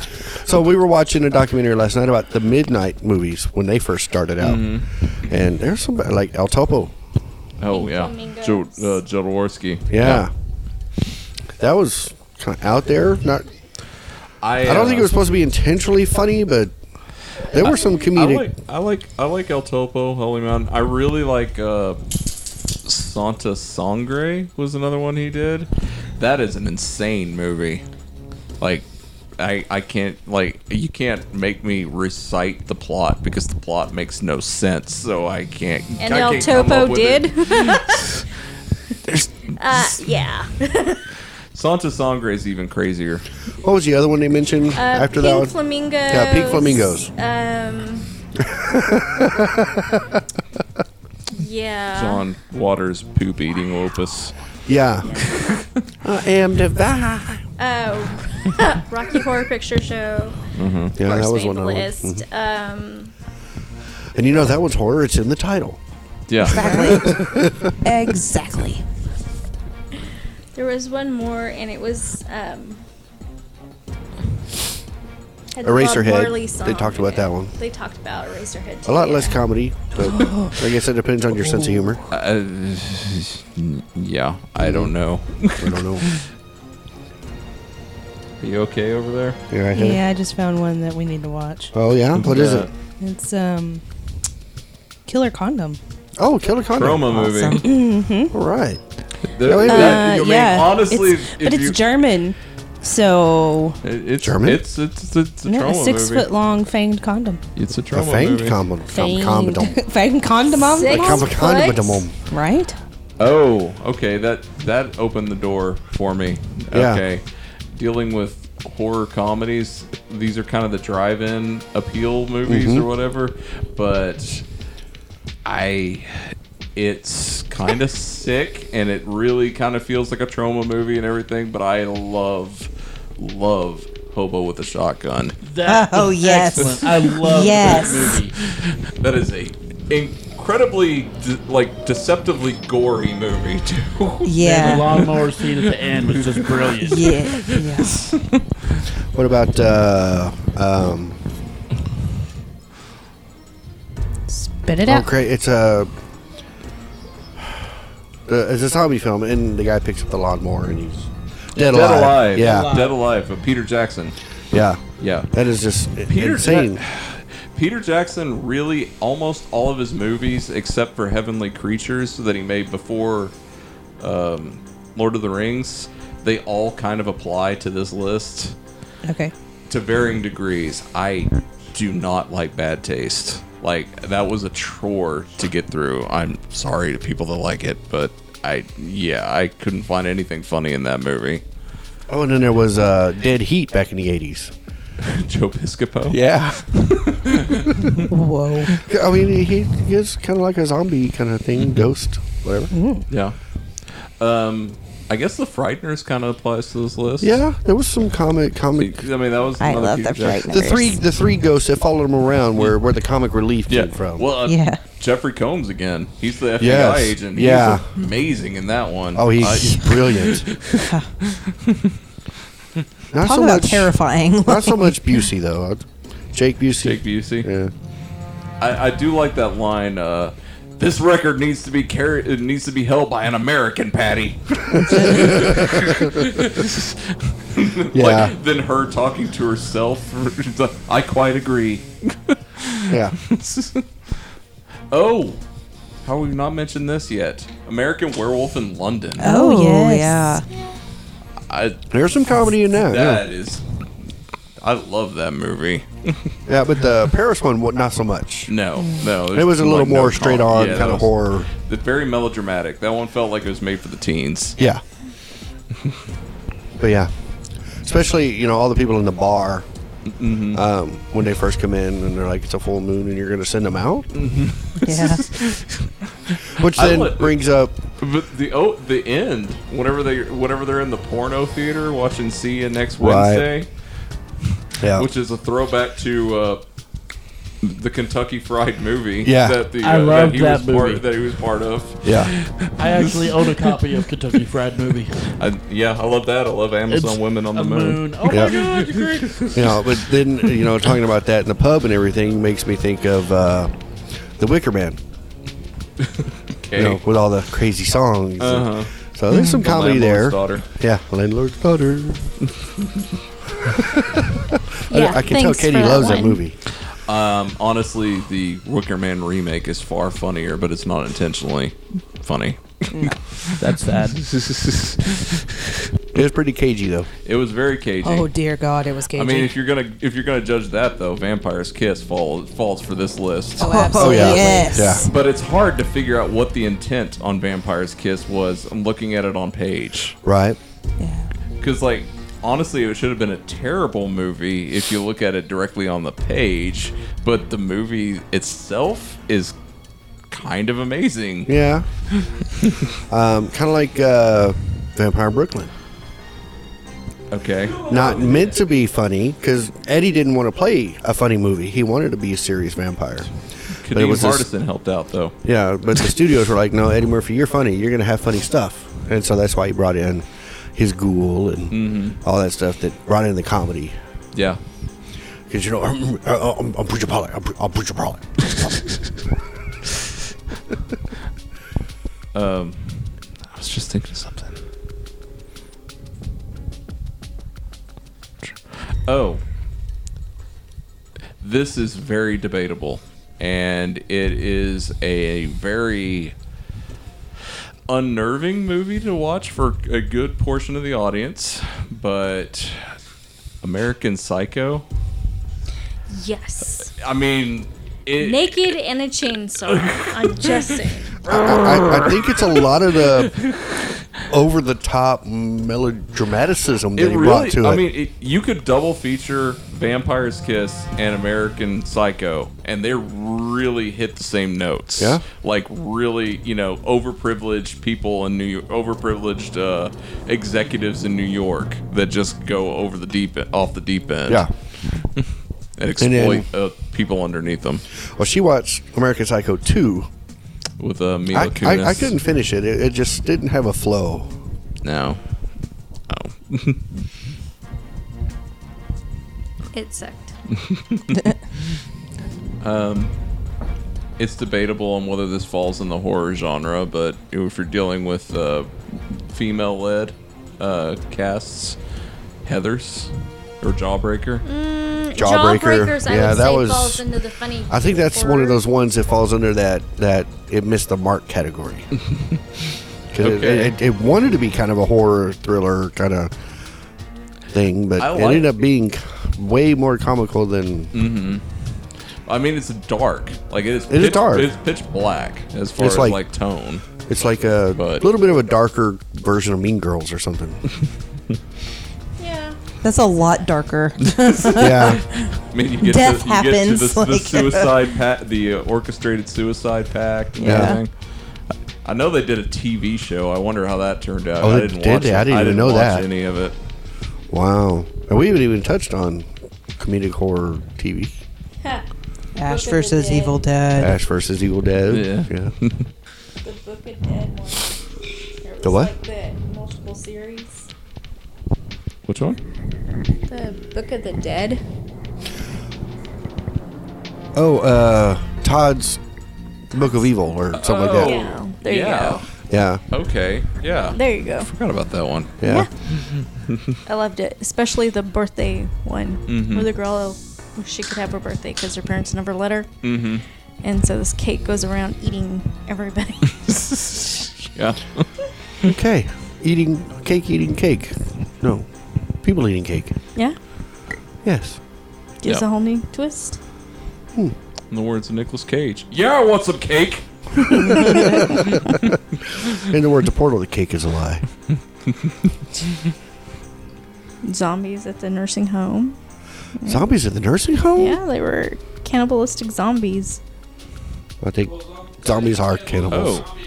C: So we were watching a documentary last night about the midnight movies when they first started out, and there's some like El Topo.
F: oh yeah.
G: Flamingos.
F: Jo- uh, Jodorowsky.
C: Yeah, that was kind of out there. Not,
F: I,
C: I don't
F: uh,
C: think it was supposed to be intentionally funny, but there were some
F: I
C: comedic.
F: like I like I like El Topo, Holy Mountain. I really like uh, Santa Sangre was another one he did. That is an insane movie. Like I I can't like you can't make me recite the plot because the plot makes no sense. So I can't.
G: And
F: I
G: El
F: can't come up
G: Topo
F: with it.
G: did.
F: There's
G: Uh, yeah.
F: Santa Sangre is even crazier.
C: What was the other one they mentioned
G: Uh,
C: after
G: pink
C: that one?
G: flamingos.
C: Yeah, pink flamingos.
G: Um. yeah.
F: John Waters poop eating opus.
C: Yeah. I am divine.
G: Oh, Rocky Horror Picture Show.
C: Yeah, that was one Mm-hmm.
G: made the
C: I liked.
G: list. Um,
C: And you know that one's horror. It's in the title.
F: Yeah.
H: Exactly. exactly.
G: there was one more, and it was. Um, had the Bob
C: Eraserhead.
G: Marley
C: They
G: song
C: talked
G: in
C: about
G: it.
C: that one.
G: They talked about Eraserhead.
C: A lot
G: too,
C: less
G: yeah.
C: comedy, but I guess it depends on your sense of humor.
F: Uh, yeah, I don't know.
C: I don't know.
F: Are you okay over there?
C: Yeah, I had it.
D: Yeah, I just found one that we need to watch.
C: Oh yeah, what is it?
F: Uh,
D: It's um, Killer Condom.
C: Oh, Killer Condom.
F: Chroma movie.
H: Awesome.
C: All right.
F: The-
C: No, wait a
F: that-
C: minute.
D: Uh,
F: I mean,
D: yeah,
F: honestly,
D: it's-
F: if
D: but it's
F: you-
D: German, so
F: It- It's
C: German?
F: It's it's it's a
D: yeah,
F: trauma
D: six
F: movie.
D: foot long fanged condom.
F: It's a
C: A
F: trauma
C: feigned
F: movie.
C: condom.
D: Fanged,
C: Condom.
D: fanged condom, on-
G: Six
C: Com-
G: foot?
C: Condom.
D: right?
F: oh, okay. That that opened the door for me.
C: Yeah.
F: Okay, dealing with horror comedies. These are kind of the drive-in appeal movies or whatever. But I, it's kind of sick, and it really kind of feels like a trauma movie and everything. But I love love Hobo with a Shotgun.
E: That
H: Oh,
E: was
H: yes.
E: excellent. I love
H: Yes.
E: that movie.
F: That is a incredibly de- like deceptively gory movie too.
E: The
H: Yeah.
E: lawnmower scene at the end was just brilliant.
H: Yeah. Yeah.
C: What about uh, um?
D: Spit it
C: Oh,
D: out.
C: cra- it's a. Uh, it's a zombie film, and the guy picks up the lawnmower, and he's dead,
F: Dead Alive.
C: Yeah,
F: Dead Alive of Peter Jackson.
C: yeah.
F: Yeah.
C: That is just
F: Peter
C: insane.
F: Peter Jackson really almost all of his movies except for Heavenly Creatures that he made before um, Lord of the Rings, they all kind of apply to this list
D: Okay.
F: to varying degrees. I do not like bad taste. Like that was a chore to get through. I'm sorry to people that like it, but I yeah, I couldn't find anything funny in that movie.
C: oh, and then there was uh, Dead Heat back in the eighties.
F: Joe Piscopo.
C: Yeah,
H: Whoa.
C: I mean he, he is kind of like a zombie kind of thing, ghost, whatever.
D: Mm-hmm.
F: Yeah. Um I guess the Frighteners kind of applies to this list.
C: Yeah, there was some comic
F: I
C: comic.
F: mean that was
H: I
F: another
H: love
F: Peter
H: the
F: Jackson.
H: Frighteners.
C: The three the three ghosts that followed him around where where the comic relief
F: Mm. Yeah.
C: came from.
F: Well, uh,
H: Yeah.
F: Jeffrey Combs again. He's the FBI
C: Yes.
F: agent.
C: Yeah.
F: He's amazing in that one.
C: oh, he's,
F: Uh,
C: he's brilliant. not
H: Talk
C: so
H: about
C: much.
H: terrifying.
C: Not so much Busey though. Jake Busey.
F: Jake Busey.
C: Yeah.
F: I, I do like that line. Uh, this record needs to be carried. It needs to be held by an American, Patty.
C: Yeah.
F: Like than her talking to herself. It's like, I quite agree.
C: Yeah.
F: oh, how have we not mentioned this yet? American Werewolf in London.
H: Oh,
D: yes.
H: yeah.
F: I,
C: There's some comedy in that. Yeah.
F: that is. I love that movie.
C: yeah, but the Paris one, wa- not so much.
F: No, no,
C: It was a little
F: like, no
C: more straight
F: com-
C: on
F: yeah, that
C: kind of
F: was-
C: horror.
F: the- Very melodramatic. That one felt like it was made for the teens.
C: Yeah. but yeah, especially you know all the people in the bar
F: Mm-hmm.
C: um, when they first come in and they're like it's a full moon and you're going to send them out,
H: Yeah.
C: which
F: I
C: then
F: would-
C: brings up
F: But the oh the end whenever they whenever they're in the porno theater watching See You Next
C: Right. Oh.
F: Wednesday,
C: yeah
F: which is a throwback to uh, the Kentucky Fried movie.
C: Yeah.
F: that the,
E: I
F: uh,
E: loved
F: he
E: that
F: was
E: movie.
F: Part, that he was part of.
C: yeah
E: I actually own a copy of Kentucky Fried Movie.
F: I, yeah, I love that. I love Amazon
E: It's
F: Women on the
E: A
F: Moon.
E: moon. Oh
C: Yeah.
E: my God, you're great.
C: you know but then you know talking about that in the pub and everything makes me think of uh, the Wicker Man
F: Okay.
C: you know with all the crazy songs.
F: Uh-huh.
C: So there's some
F: The
C: comedy
F: Landlord's
C: there.
F: Daughter.
C: Yeah, landlord's daughter. I-
G: Yeah,
C: I, can tell
G: thanks
C: Katie
G: for
C: loves that
G: one.
C: movie.
F: Um, honestly, the Wicker Man remake is far funnier, but it's not intentionally funny.
E: That's sad.
C: It was pretty cagey though.
F: It was very cagey.
J: Oh dear God, it was cagey.
F: I mean, if you're gonna if you're gonna judge that though, Vampire's Kiss falls falls for this list.
J: oh, absolutely.
C: yeah.
H: Yes.
C: Yeah.
F: But it's hard to figure out what the intent on Vampire's Kiss was. I'm looking at it on page
C: Right.
F: because, like, honestly, it should have been a terrible movie if you look at it directly on the page. But the movie itself is kind of amazing.
C: Yeah. um, kind of like uh, Vampire Brooklyn.
F: Okay,
C: Not meant to be funny because Eddie didn't want to play a funny movie. He wanted to be a serious vampire. But it
F: Kadeem
C: was this-
F: Hardison helped out though.
C: Yeah, but the studios were like, "No, Eddie Murphy, you're funny. You're gonna have funny stuff," and so that's why he brought in his ghoul and
F: Mm-hmm.
C: all that stuff that brought in the comedy.
F: Yeah,
C: Because you know, I'm, I'm, I'm preacher Pollock. I'm, Pre- I'm preacher Pollock.
F: I was just thinking of something. Oh. This is very debatable. And it is a very unnerving movie to watch for a good portion of the audience. But American Psycho?
G: Yes.
F: I mean, it.
G: Naked and a chainsaw. I'm just saying.
C: I, I think it's a lot of the over the top melodramaticism that
F: it
C: he
F: really,
C: brought to it.
F: I mean, it, you could double feature Vampire's Kiss and American Psycho, and they really hit the same notes.
C: Yeah.
F: Like, really, you know, overprivileged people in New York, overprivileged uh, executives in New York that just go over the deep, off the deep end.
C: yeah.
F: And
C: And then-
F: exploit uh, people underneath them
C: Well, she watched American Psycho 2.
F: with uh, Mila
C: I,
F: Kunis.
C: I, I couldn't finish it. it. It just didn't have a flow.
F: No. Oh.
G: It sucked.
F: it's debatable on whether this falls in the horror genre, but if you're dealing with uh, female-led uh, casts, Heather's or Jawbreaker,
H: Mm.
C: Jawbreaker.
G: Jawbreakers, I
C: Yeah,
G: would
C: that
G: say,
C: was-
G: falls into the funny.
C: I think that's one of
G: horror.
C: those ones that falls under that that it missed the mark category. 'Cause it-
F: Okay.
C: it, it, wanted to be kind of a horror thriller kind of thing, but
F: I
C: it ended
F: like- Mm.
C: up being way more comical than
F: I mean it's dark, like it is.
C: It is
F: pitch-
C: dark.
F: It's pitch black as far
C: It's
F: as
C: like-
F: like, tone.
C: it's like a
F: But-
C: little bit of a darker version of Mean Girls or something.
G: Yeah.
H: That's a lot darker.
C: yeah,
F: I mean, you get
H: Death
F: to, you get to
H: happens,
F: the, the
H: like-
F: suicide pact, the uh, orchestrated suicide pact. And
C: Yeah.
F: everything. I know they did a TV show. I wonder how that turned out.
C: Oh,
F: I
C: they
F: didn't
C: did?
F: watch. it.
C: I didn't even know
F: watch
C: that.
F: Any of it?
C: wow. And we haven't even touched on comedic horror TV.
G: Huh.
J: Ash versus Evil Dead.
C: Ash versus Evil Dead.
F: Yeah.
C: yeah.
G: The Book of Dead one. There was
C: The what?
G: Like the multiple series.
F: Which one?
G: The Book of the Dead.
C: Oh, uh, Todd's Book of Evil or something like that. Yeah.
G: Yeah. There
F: yeah.
C: Yeah.
F: Okay. Yeah.
G: you go. There you go.
F: Forgot about that one.
G: I loved it, especially the birthday one
C: Mm-hmm.
G: where the girl oh, she could have her birthday because her parents never let her. Mm-hmm. And so this cake goes around eating everybody.
F: Yeah.
C: Okay. Eating cake, eating cake. No. People eating cake.
G: yeah,
C: Yes.
G: gives
F: Yeah.
G: a whole new twist.
F: In the words of Nicolas Cage. Yeah, I want some cake.
C: In the words of Portal, the cake is a lie.
G: Zombies at the nursing home.
C: Zombies at the nursing home?
G: Yeah, they were cannibalistic zombies.
C: I think zombies are cannibals.
F: Oh,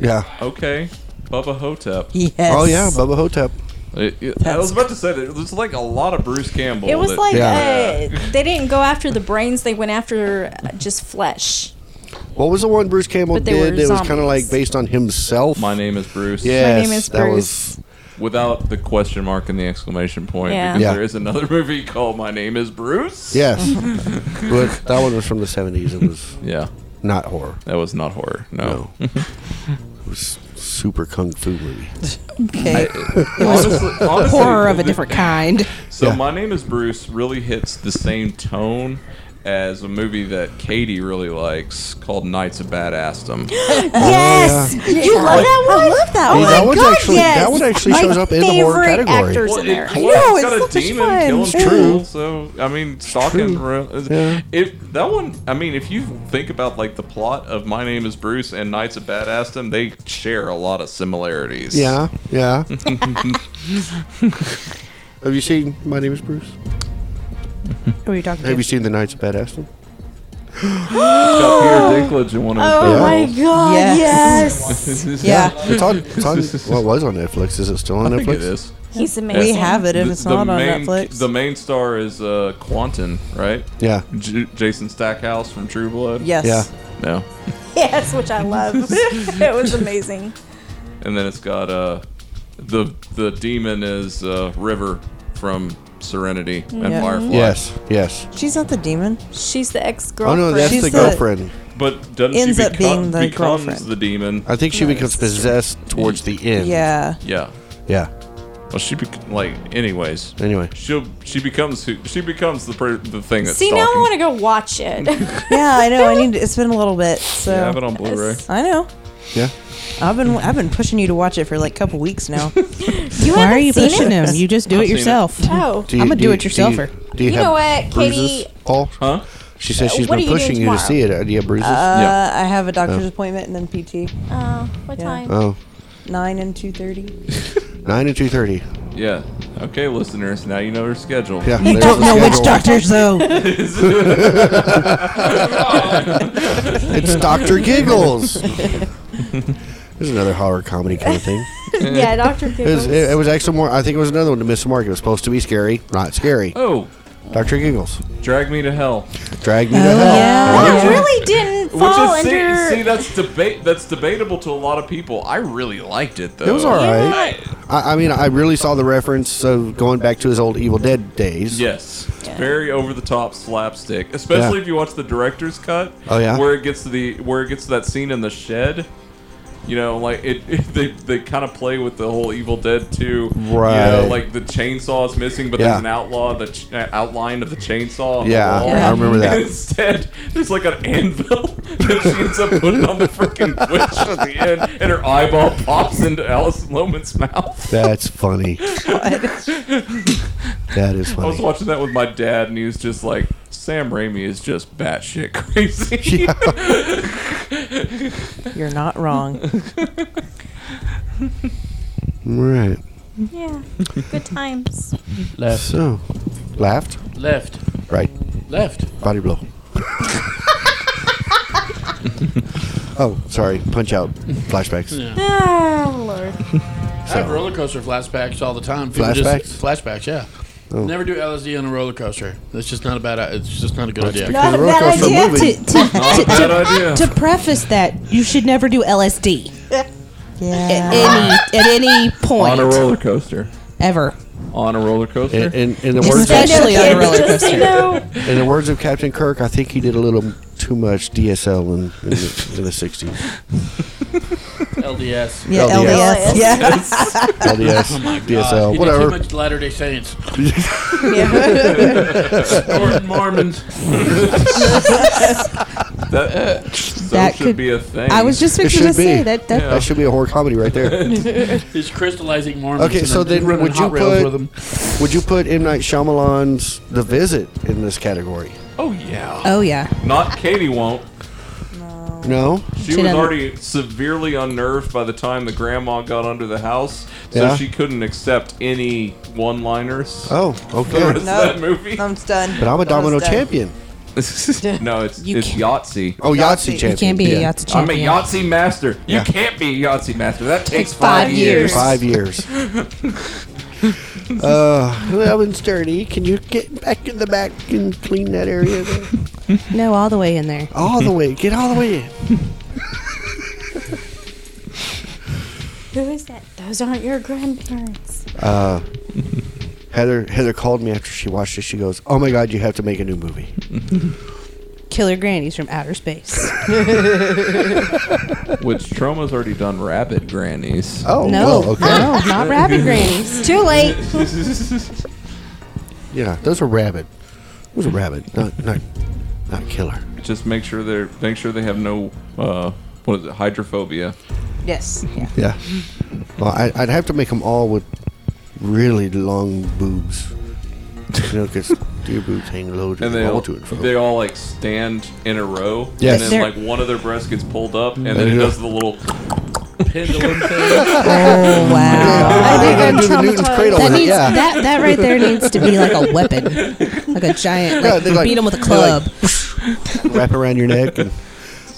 C: Yeah.
F: okay. Bubba Hotep. Uh,
H: yes.
C: Oh, yeah. Bubba Hotep.
F: It- it- I was about to say that there's like a lot of Bruce Campbell.
G: It was
F: that-
G: like
C: Yeah.
G: uh, they didn't go after the brains; they went after uh, just flesh.
C: What was the one Bruce Campbell
G: But they
C: did
G: were
C: that was kind of
G: zombies.
C: like based on himself?
F: My name is Bruce.
C: Yes,
G: My name is
C: that
G: Bruce.
C: was
F: Without the question mark and the exclamation point.
G: Yeah.
F: Because
C: Yeah.
F: there is another movie called My Name is Bruce.
C: yes. but that one was from the seventies. It was
F: Yeah.
C: not horror.
F: That was not horror. No.
C: No, it was super kung fu movie.
J: Okay.
F: honestly, honestly,
J: Horror of a
F: the-
J: different kind.
F: So
C: Yeah.
F: my name is Bruce really hits the same tone as a movie that Katie really likes called Knights of Badassdom. Uh.
H: yes, you love that one. I love that
G: Oh
C: Hey,
H: one.
C: that one's actually that one actually
G: My
C: shows up in the horror
G: favorite
C: category.
G: actors in there.
H: I know,
F: got
H: it's
F: a
H: so much
F: demon
H: fun.
F: killing
H: It's
F: people,
H: true.
F: so I mean, stalking. ro- is-
C: Yeah.
F: It that one. I mean, if you think about like the plot of My Name Is Bruce and Knights of Badassdom, they share a lot of similarities.
C: Yeah, yeah. Have you seen My Name Is Bruce?
D: Who are you talking
C: Have
D: to?
C: you seen The Knights of Badass?
F: It's got Peter Dinklage in one of his
C: Yeah.
G: my god,
F: roles.
H: Yes. Oh, Yeah.
C: It's on. It's on. Well, it was on Netflix. Is it still on
F: I
C: Netflix?
F: think it is.
G: He's amazing.
H: We have it if it's not on
F: main,
H: Netflix.
F: The main star is uh, Quantin, right?
C: Yeah.
F: J- Jason Stackhouse from True Blood.
H: yes.
C: Yeah.
F: No.
G: Yes, which I love. it was amazing.
F: And then it's got uh, the the demon is uh, River from Serenity and
H: Yeah.
F: Firefly.
C: Yes. Yes.
H: She's not the demon.
G: She's the ex
C: Oh
G: girlfriend.
C: no, that's
H: She's
C: the
H: the-
C: girlfriend.
F: But doesn't
H: Ends
F: she
H: up
F: beco-
H: being the
F: becomes
H: girlfriend.
F: the demon?
C: I think she becomes possessed towards the end.
H: Yeah.
F: yeah.
C: Yeah.
F: Well, she bec- like anyways.
C: Anyway.
F: She she becomes who, she becomes the pr- the thing that's
G: See, now I
F: stalking.
G: want to go watch it.
H: Yeah, I know. I need. To, it's been a little bit. So
F: Yeah, I have it on Blu-ray.
H: I know.
C: Yeah.
H: I've been I've been pushing you to watch it for like a couple weeks now.
G: you
D: Why are
G: haven't
D: you
G: seen
D: pushing
G: it?
D: him? You just do it
F: seen it.
D: yourself.
G: Oh,
C: you-
D: I'm a
C: you-
D: do-it-yourselfer.
C: Do you, do you
G: You
C: have
G: know what,
C: bruises,
G: Katie? Uh,
C: Paul?
F: Huh?
C: She says she's
G: What
C: been
G: are you doing
C: pushing you to
G: tomorrow?
C: see it. Uh, Do you have bruises?
H: Uh,
F: Yeah.
H: I have a doctor's appointment and then PT
G: Uh, what
H: Yeah.
G: time?
C: oh.
H: nine and two thirty.
C: Nine and two thirty.
F: Yeah. Okay, listeners. Now you know her schedule.
C: Yeah.
H: You
C: there's
H: don't
C: the
H: know which
C: schedule.
H: doctors though.
C: It's Doctor Giggles. There's another horror comedy kind of thing.
G: yeah, Doctor
C: It was,
G: Giggles.
C: it, it was actually more. I think it was another one to miss the mark. It was supposed to be scary, not scary.
F: Oh,
C: Doctor Giggles,
F: drag me to hell.
C: drag me to
H: Oh,
C: hell.
G: I Uh, really didn't
F: Which
G: fall
F: is see,
G: under.
F: see that's debate that's debatable to a lot of people. I really liked it though.
C: It was all right.
F: I-
C: I, I mean, I really saw the reference of going back to his old Evil Dead days.
F: Yes, It's very over the top slapstick, especially
C: Yeah.
F: if you watch the director's cut.
C: Oh, yeah?
F: where it gets to the where it gets to that scene in the shed. You know, like it, it- they they kind of play with the whole Evil Dead too. You know,
C: Right.
F: like the chainsaw is missing, but
C: Yeah.
F: there's an outlaw the ch- uh, outline of the chainsaw. on the
C: Yeah,
F: wall.
C: I remember
F: And
C: that.
F: instead, there's like an anvil that she ends up putting on the freaking witch at the end, and her eyeball pops into Alice Loman's mouth.
C: That's funny. that is
F: I was
C: funny.
F: watching that with my dad, and he was just like, "Sam Raimi is just batshit crazy."
H: You're not wrong.
C: Right.
G: yeah, good times.
E: Left,
C: So, laughed.
E: left,
C: Right.
E: left.
C: Body blow. oh, sorry. Punch out. Flashbacks.
G: Oh Lord.
E: I have roller coaster flashbacks all the time. People Just, flashbacks, yeah. Never do LSD on a roller coaster. That's just not a bad. It's just not a good idea.
C: Because the roller coaster movie-
D: To, to,
F: Not a bad idea.
D: to preface that, you should never do LSD
H: Yeah.
D: any at any
F: On a
D: point
F: roller coaster.
D: ever.
F: On a roller coaster.
C: In, in, in the words of,
D: Especially on a roller
G: Just so you
D: coaster.
G: know,
C: in the words of Captain Kirk, I think he did a little too much DSL in, in, the, in the 60s.
E: LDS.
H: yeah. LDS.
C: LDS.
H: Yeah.
C: LDS,
E: Uh,
C: DSL,
E: you did
C: whatever.
E: Too much Latter Day Saints.
F: Or Mormons. that that
D: That
F: should
D: could-
F: be a thing.
D: I was just fixing
C: should
D: to say
C: be.
D: that. that
C: That should be a horror comedy right there.
E: It's crystallizing Mormons.
C: Okay,
E: and
C: so then
E: running
C: would you
E: hot rails
C: put-
E: with them.
C: Would you put M. Night Shyamalan's The Visit in this category?
F: Oh yeah.
D: Oh yeah.
F: Not Katie won't.
C: No?
F: She
D: She
F: was
D: doesn't-
F: already severely unnerved by the time the grandma got under the house, so
C: Yeah.
F: she couldn't accept any one-liners.
C: Oh,
F: for the
C: okay.
F: rest
H: No.
F: of that movie.
H: I'm done.
C: But I'm a
H: Almost
C: domino
H: done.
C: champion.
F: no, it's
D: You
F: it's
D: Um, can't-
F: Yahtzee.
C: Oh, Yahtzee,
H: You
C: champion.
D: You can't be
C: Yeah.
D: a Yahtzee
F: I'm a
D: champion.
F: Yahtzee master. You
C: Yeah.
F: can't be a Yahtzee master. That takes
G: five
F: five, years.
C: Five years. uh, well, and sturdy. Can you get back in the back and clean that area there?
D: No, all the way in there.
C: All the way. Get all the way in.
G: who is that? Those aren't your grandparents.
C: Uh, Heather Heather called me after she watched it. She goes, "Oh my God, you have to make a new movie."
D: Killer Grannies from outer space.
F: Which Troma's already done Rabbit Grannies.
C: Oh,
D: no,
C: well, okay.
D: no, not rabbit grannies.
G: It's too late.
C: Yeah, those are rabbit. It was a rabbit, not not Not killer.
F: Just make sure they're make sure they have no uh, what is it hydrophobia.
J: Yes. Yeah.
C: Yeah. Well, I, I'd have to make them all with really long boobs. You know, because your boobs hang low to
F: And
C: the
F: they all,
C: ball to and fro.
F: they all like stand in a row.
C: Yes.
F: And then
D: They're-
F: like one of their breasts gets pulled up, and then it
C: Yeah.
F: does the little pendulum thing.
J: Oh wow.
C: I think I'm do the Newton's cradle
D: That
C: with it,
D: needs
C: yeah.
D: that that right there needs to be like a weapon, like a giant.
C: Yeah,
D: Like,
C: they're like-
D: beat him with a
C: they're like-
D: club.
C: Wrap around your neck and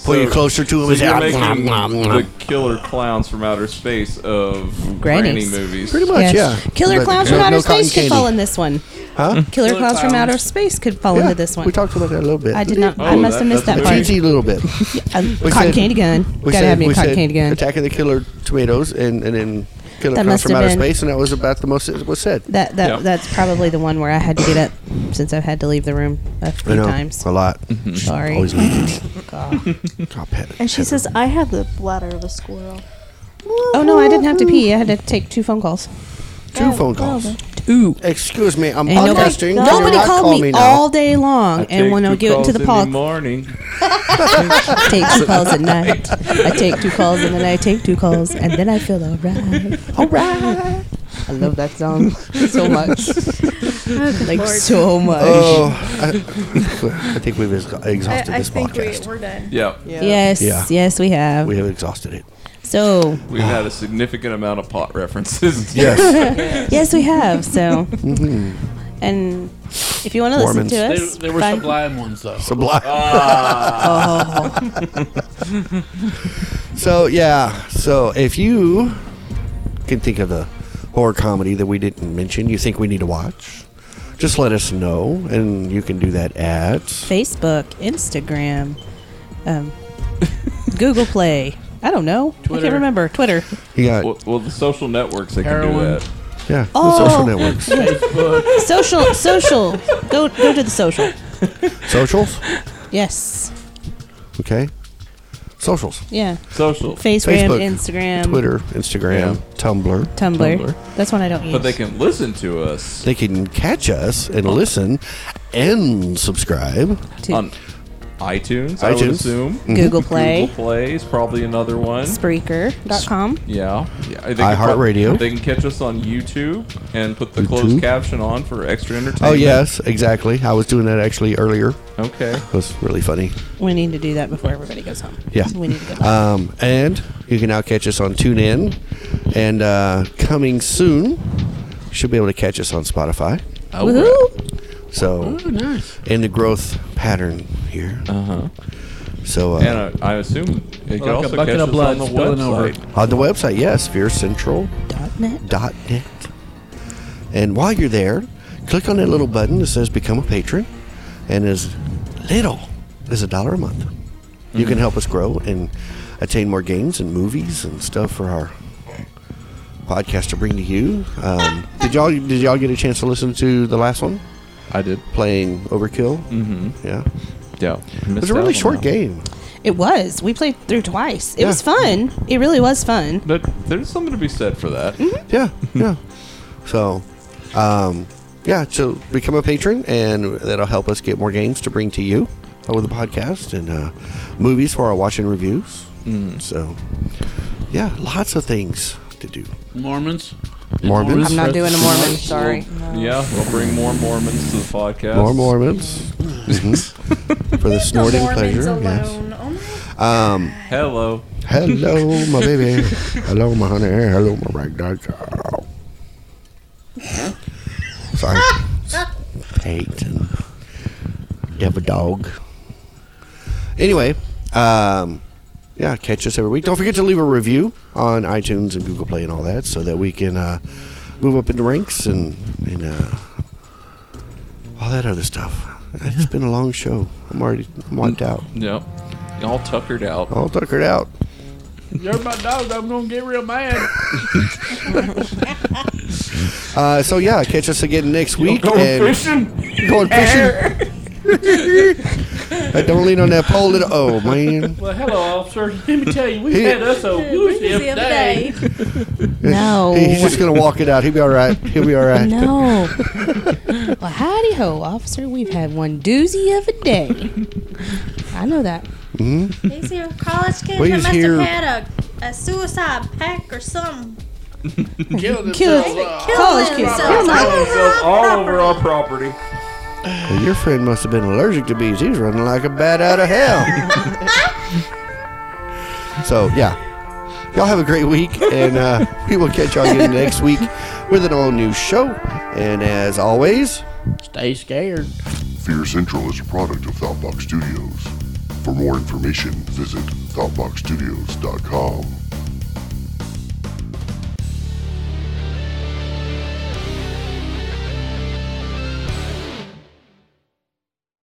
C: pull you closer to
F: So
C: him. "Ah,
F: you're making the killer clowns from outer space of granny
D: Grannies.
F: movies.
C: Pretty much,
D: Yeah.
C: yeah.
D: Killer
C: But
D: clowns from
C: no-
D: outer
C: no cotton
D: space could fall in this one.
C: Huh?
D: Killer clowns from
I: clowns.
D: outer space could fall
C: Yeah,
D: into this one.
C: We talked about that a little bit.
D: I did not. I
F: Oh,
D: must have
F: that-
D: missed that
F: that's
D: part.
F: a
C: TT a little bit.
D: Um,
C: We said-
D: cotton candy gun.
C: We
D: Gotta
C: said,
D: have me a
C: we
D: cotton
C: said
D: candy gun.
C: Attack of the Killer Tomatoes and, and then Killer
D: That
C: Clowns
D: must
C: from
D: have
C: Outer
D: been-
C: Space, and that was about the most that was said.
D: That that
F: Yeah.
D: that's probably the one where I had to get up since I've had to leave the room a few
C: I know,
D: times.
C: a lot.
F: Hmm.
D: Sorry.
C: Always leaking.
D: God.
C: God, pet it.
K: And she says, I have the bladder of a squirrel.
D: Oh no, I didn't have to pee. I had to take two phone calls.
C: Oh, two phone calls.
D: Two.
C: Excuse me, I'm
D: And nobody,
C: podcasting.
K: God.
C: Can you
D: nobody
C: not
D: called
C: call
D: me,
C: now?
D: all day long, and
F: Take
D: when I
F: two
D: get into
F: calls
D: the
F: in
D: pod,
F: morning.
D: take two calls at night. I take two calls and then I take two calls and then I feel all right. All right. I love that song so much. like so much.
C: Oh, I, I think we've ex-
G: I,
C: exhausted
G: I
C: this
G: think we,
C: podcast.
G: we're done.
F: Yeah,
D: Yes,
C: Yeah.
D: yes, we have.
C: we have exhausted it.
D: so,
F: we've had a significant amount of pot references.
D: yes, we have. So, Mm-hmm. and if you want to listen
C: Mormons.
D: to
E: They,
D: us,
E: they were
D: find-
E: sublime ones though.
C: Sublime. so yeah, so if you can think of a horror comedy that we didn't mention, you think we need to watch, just let us know, and you can do that at
D: Facebook, Instagram, um, Google Play. I don't know. I
E: Twitter.
D: can't remember. Twitter.
C: you got
F: Well, well, the social networks they can do
E: Heroin.
F: that.
C: yeah
D: Oh.
C: the social networks,
D: Social, social. Go, go to the social.
C: socials.
D: Yes.
C: Okay, socials,
D: Yeah.
F: Social,
D: Facebook,
C: Facebook,
D: Instagram,
C: Twitter, Instagram,
F: Yeah.
C: Tumblr.
D: Tumblr.
F: Tumblr.
D: That's one I don't use.
F: but they can listen to us
C: They can catch us and listen and subscribe.
D: Too.
F: on iTunes. I would
C: iTunes.
F: assume.
C: Mm-hmm.
D: Google Play,
F: Google Play is probably another one.
D: Spreaker.com.
F: Yeah. yeah. They can
C: iHeartRadio.
F: prob- They can catch us on YouTube and put the
C: YouTube.
F: closed caption on for extra entertainment.
C: Oh yes, exactly. I was doing that actually earlier.
F: Okay.
C: It was really funny.
D: We need to do that before everybody goes home.
C: Yeah.
D: We need to go.
C: Um, and you can now catch us on TuneIn, and uh, coming soon, you should be able to catch us on Spotify.
D: Woohoo!
C: So, in the growth pattern here.
F: Oh, Uh-huh.
C: So, uh,
F: And uh, I assume it could
E: a
F: also
E: bucket
F: catch us
E: of blood
F: on the
E: spilling over.
F: website.
C: on the website, yes, fearcentral.net.
D: Dot net.
C: And while you're there, click on that little button that says Become a Patron, and as little as a dollar a month, you can help us grow and attain more games and movies and stuff for our podcast to bring to you. Um, did y'all did y'all get a chance to listen to the last one
F: I did.
C: playing Overkill?
F: Mm-hmm.
C: Yeah,
F: Yeah.
C: it was a really short game.
D: It was. We played through twice. It
C: Yeah.
D: was fun. It really was fun.
F: But there's something to be said for that.
C: Yeah, yeah. So, um, yeah, so become a patron, and that'll help us get more games to bring to you uh, with the podcast and uh, movies for our watch and reviews. So, yeah, lots of things to do.
E: Mormons.
C: Mormons.
J: I'm not doing a Mormon. Sorry.
F: Yeah. We'll bring more Mormons to the podcast.
C: Mm-hmm. More Mormons Mhm. for the snorting
G: Mormons
C: pleasure. Yes.
G: alone. Oh my
C: Um,
F: Hello.
C: hello, my baby. hello, my honey. Hello, my ragdoll child. Sorry. Hate and devil dog. Anyway, um, yeah, catch us every week. Don't forget to leave a review on iTunes and Google Play and all that so that we can uh, move up in the ranks and, and uh, all that other stuff. It's been a long show. I'm already I'm wiped out.
F: Yep. All tuckered out.
C: All tuckered out.
E: You're my dog. I'm gonna get real mad.
C: Uh, so yeah, catch us again next week.
F: Going
C: and
F: fishing.
C: going fishing. I don't lean on that pole at all, Oh, man.
L: Well, hello, officer. Let me tell you, we
C: He-
L: had us a goose the other day.
D: No.
C: He's just gonna walk it out. He'll be all right. He'll be all right.
D: No. well, howdy ho, officer. We've had one doozy of a day. I know that.
C: hmm
G: He's here, college kid.
C: We
G: that
C: was
G: must
C: here-
G: have had a, a suicide pack or something.
E: Killed
D: Kill
G: themselves.
D: college
G: Killing
D: kids. Kill
G: themselves.
D: them.
F: themselves all over our property.
C: Well, your friend must have been allergic to bees. He's running like a bat out of hell. so, yeah. Y'all have a great week, and uh, we will catch y'all again next week with an all new show. And as always,
E: Stay scared.
B: Fear Central is a product of Thoughtbox Studios. For more information, visit thoughtboxstudios.com.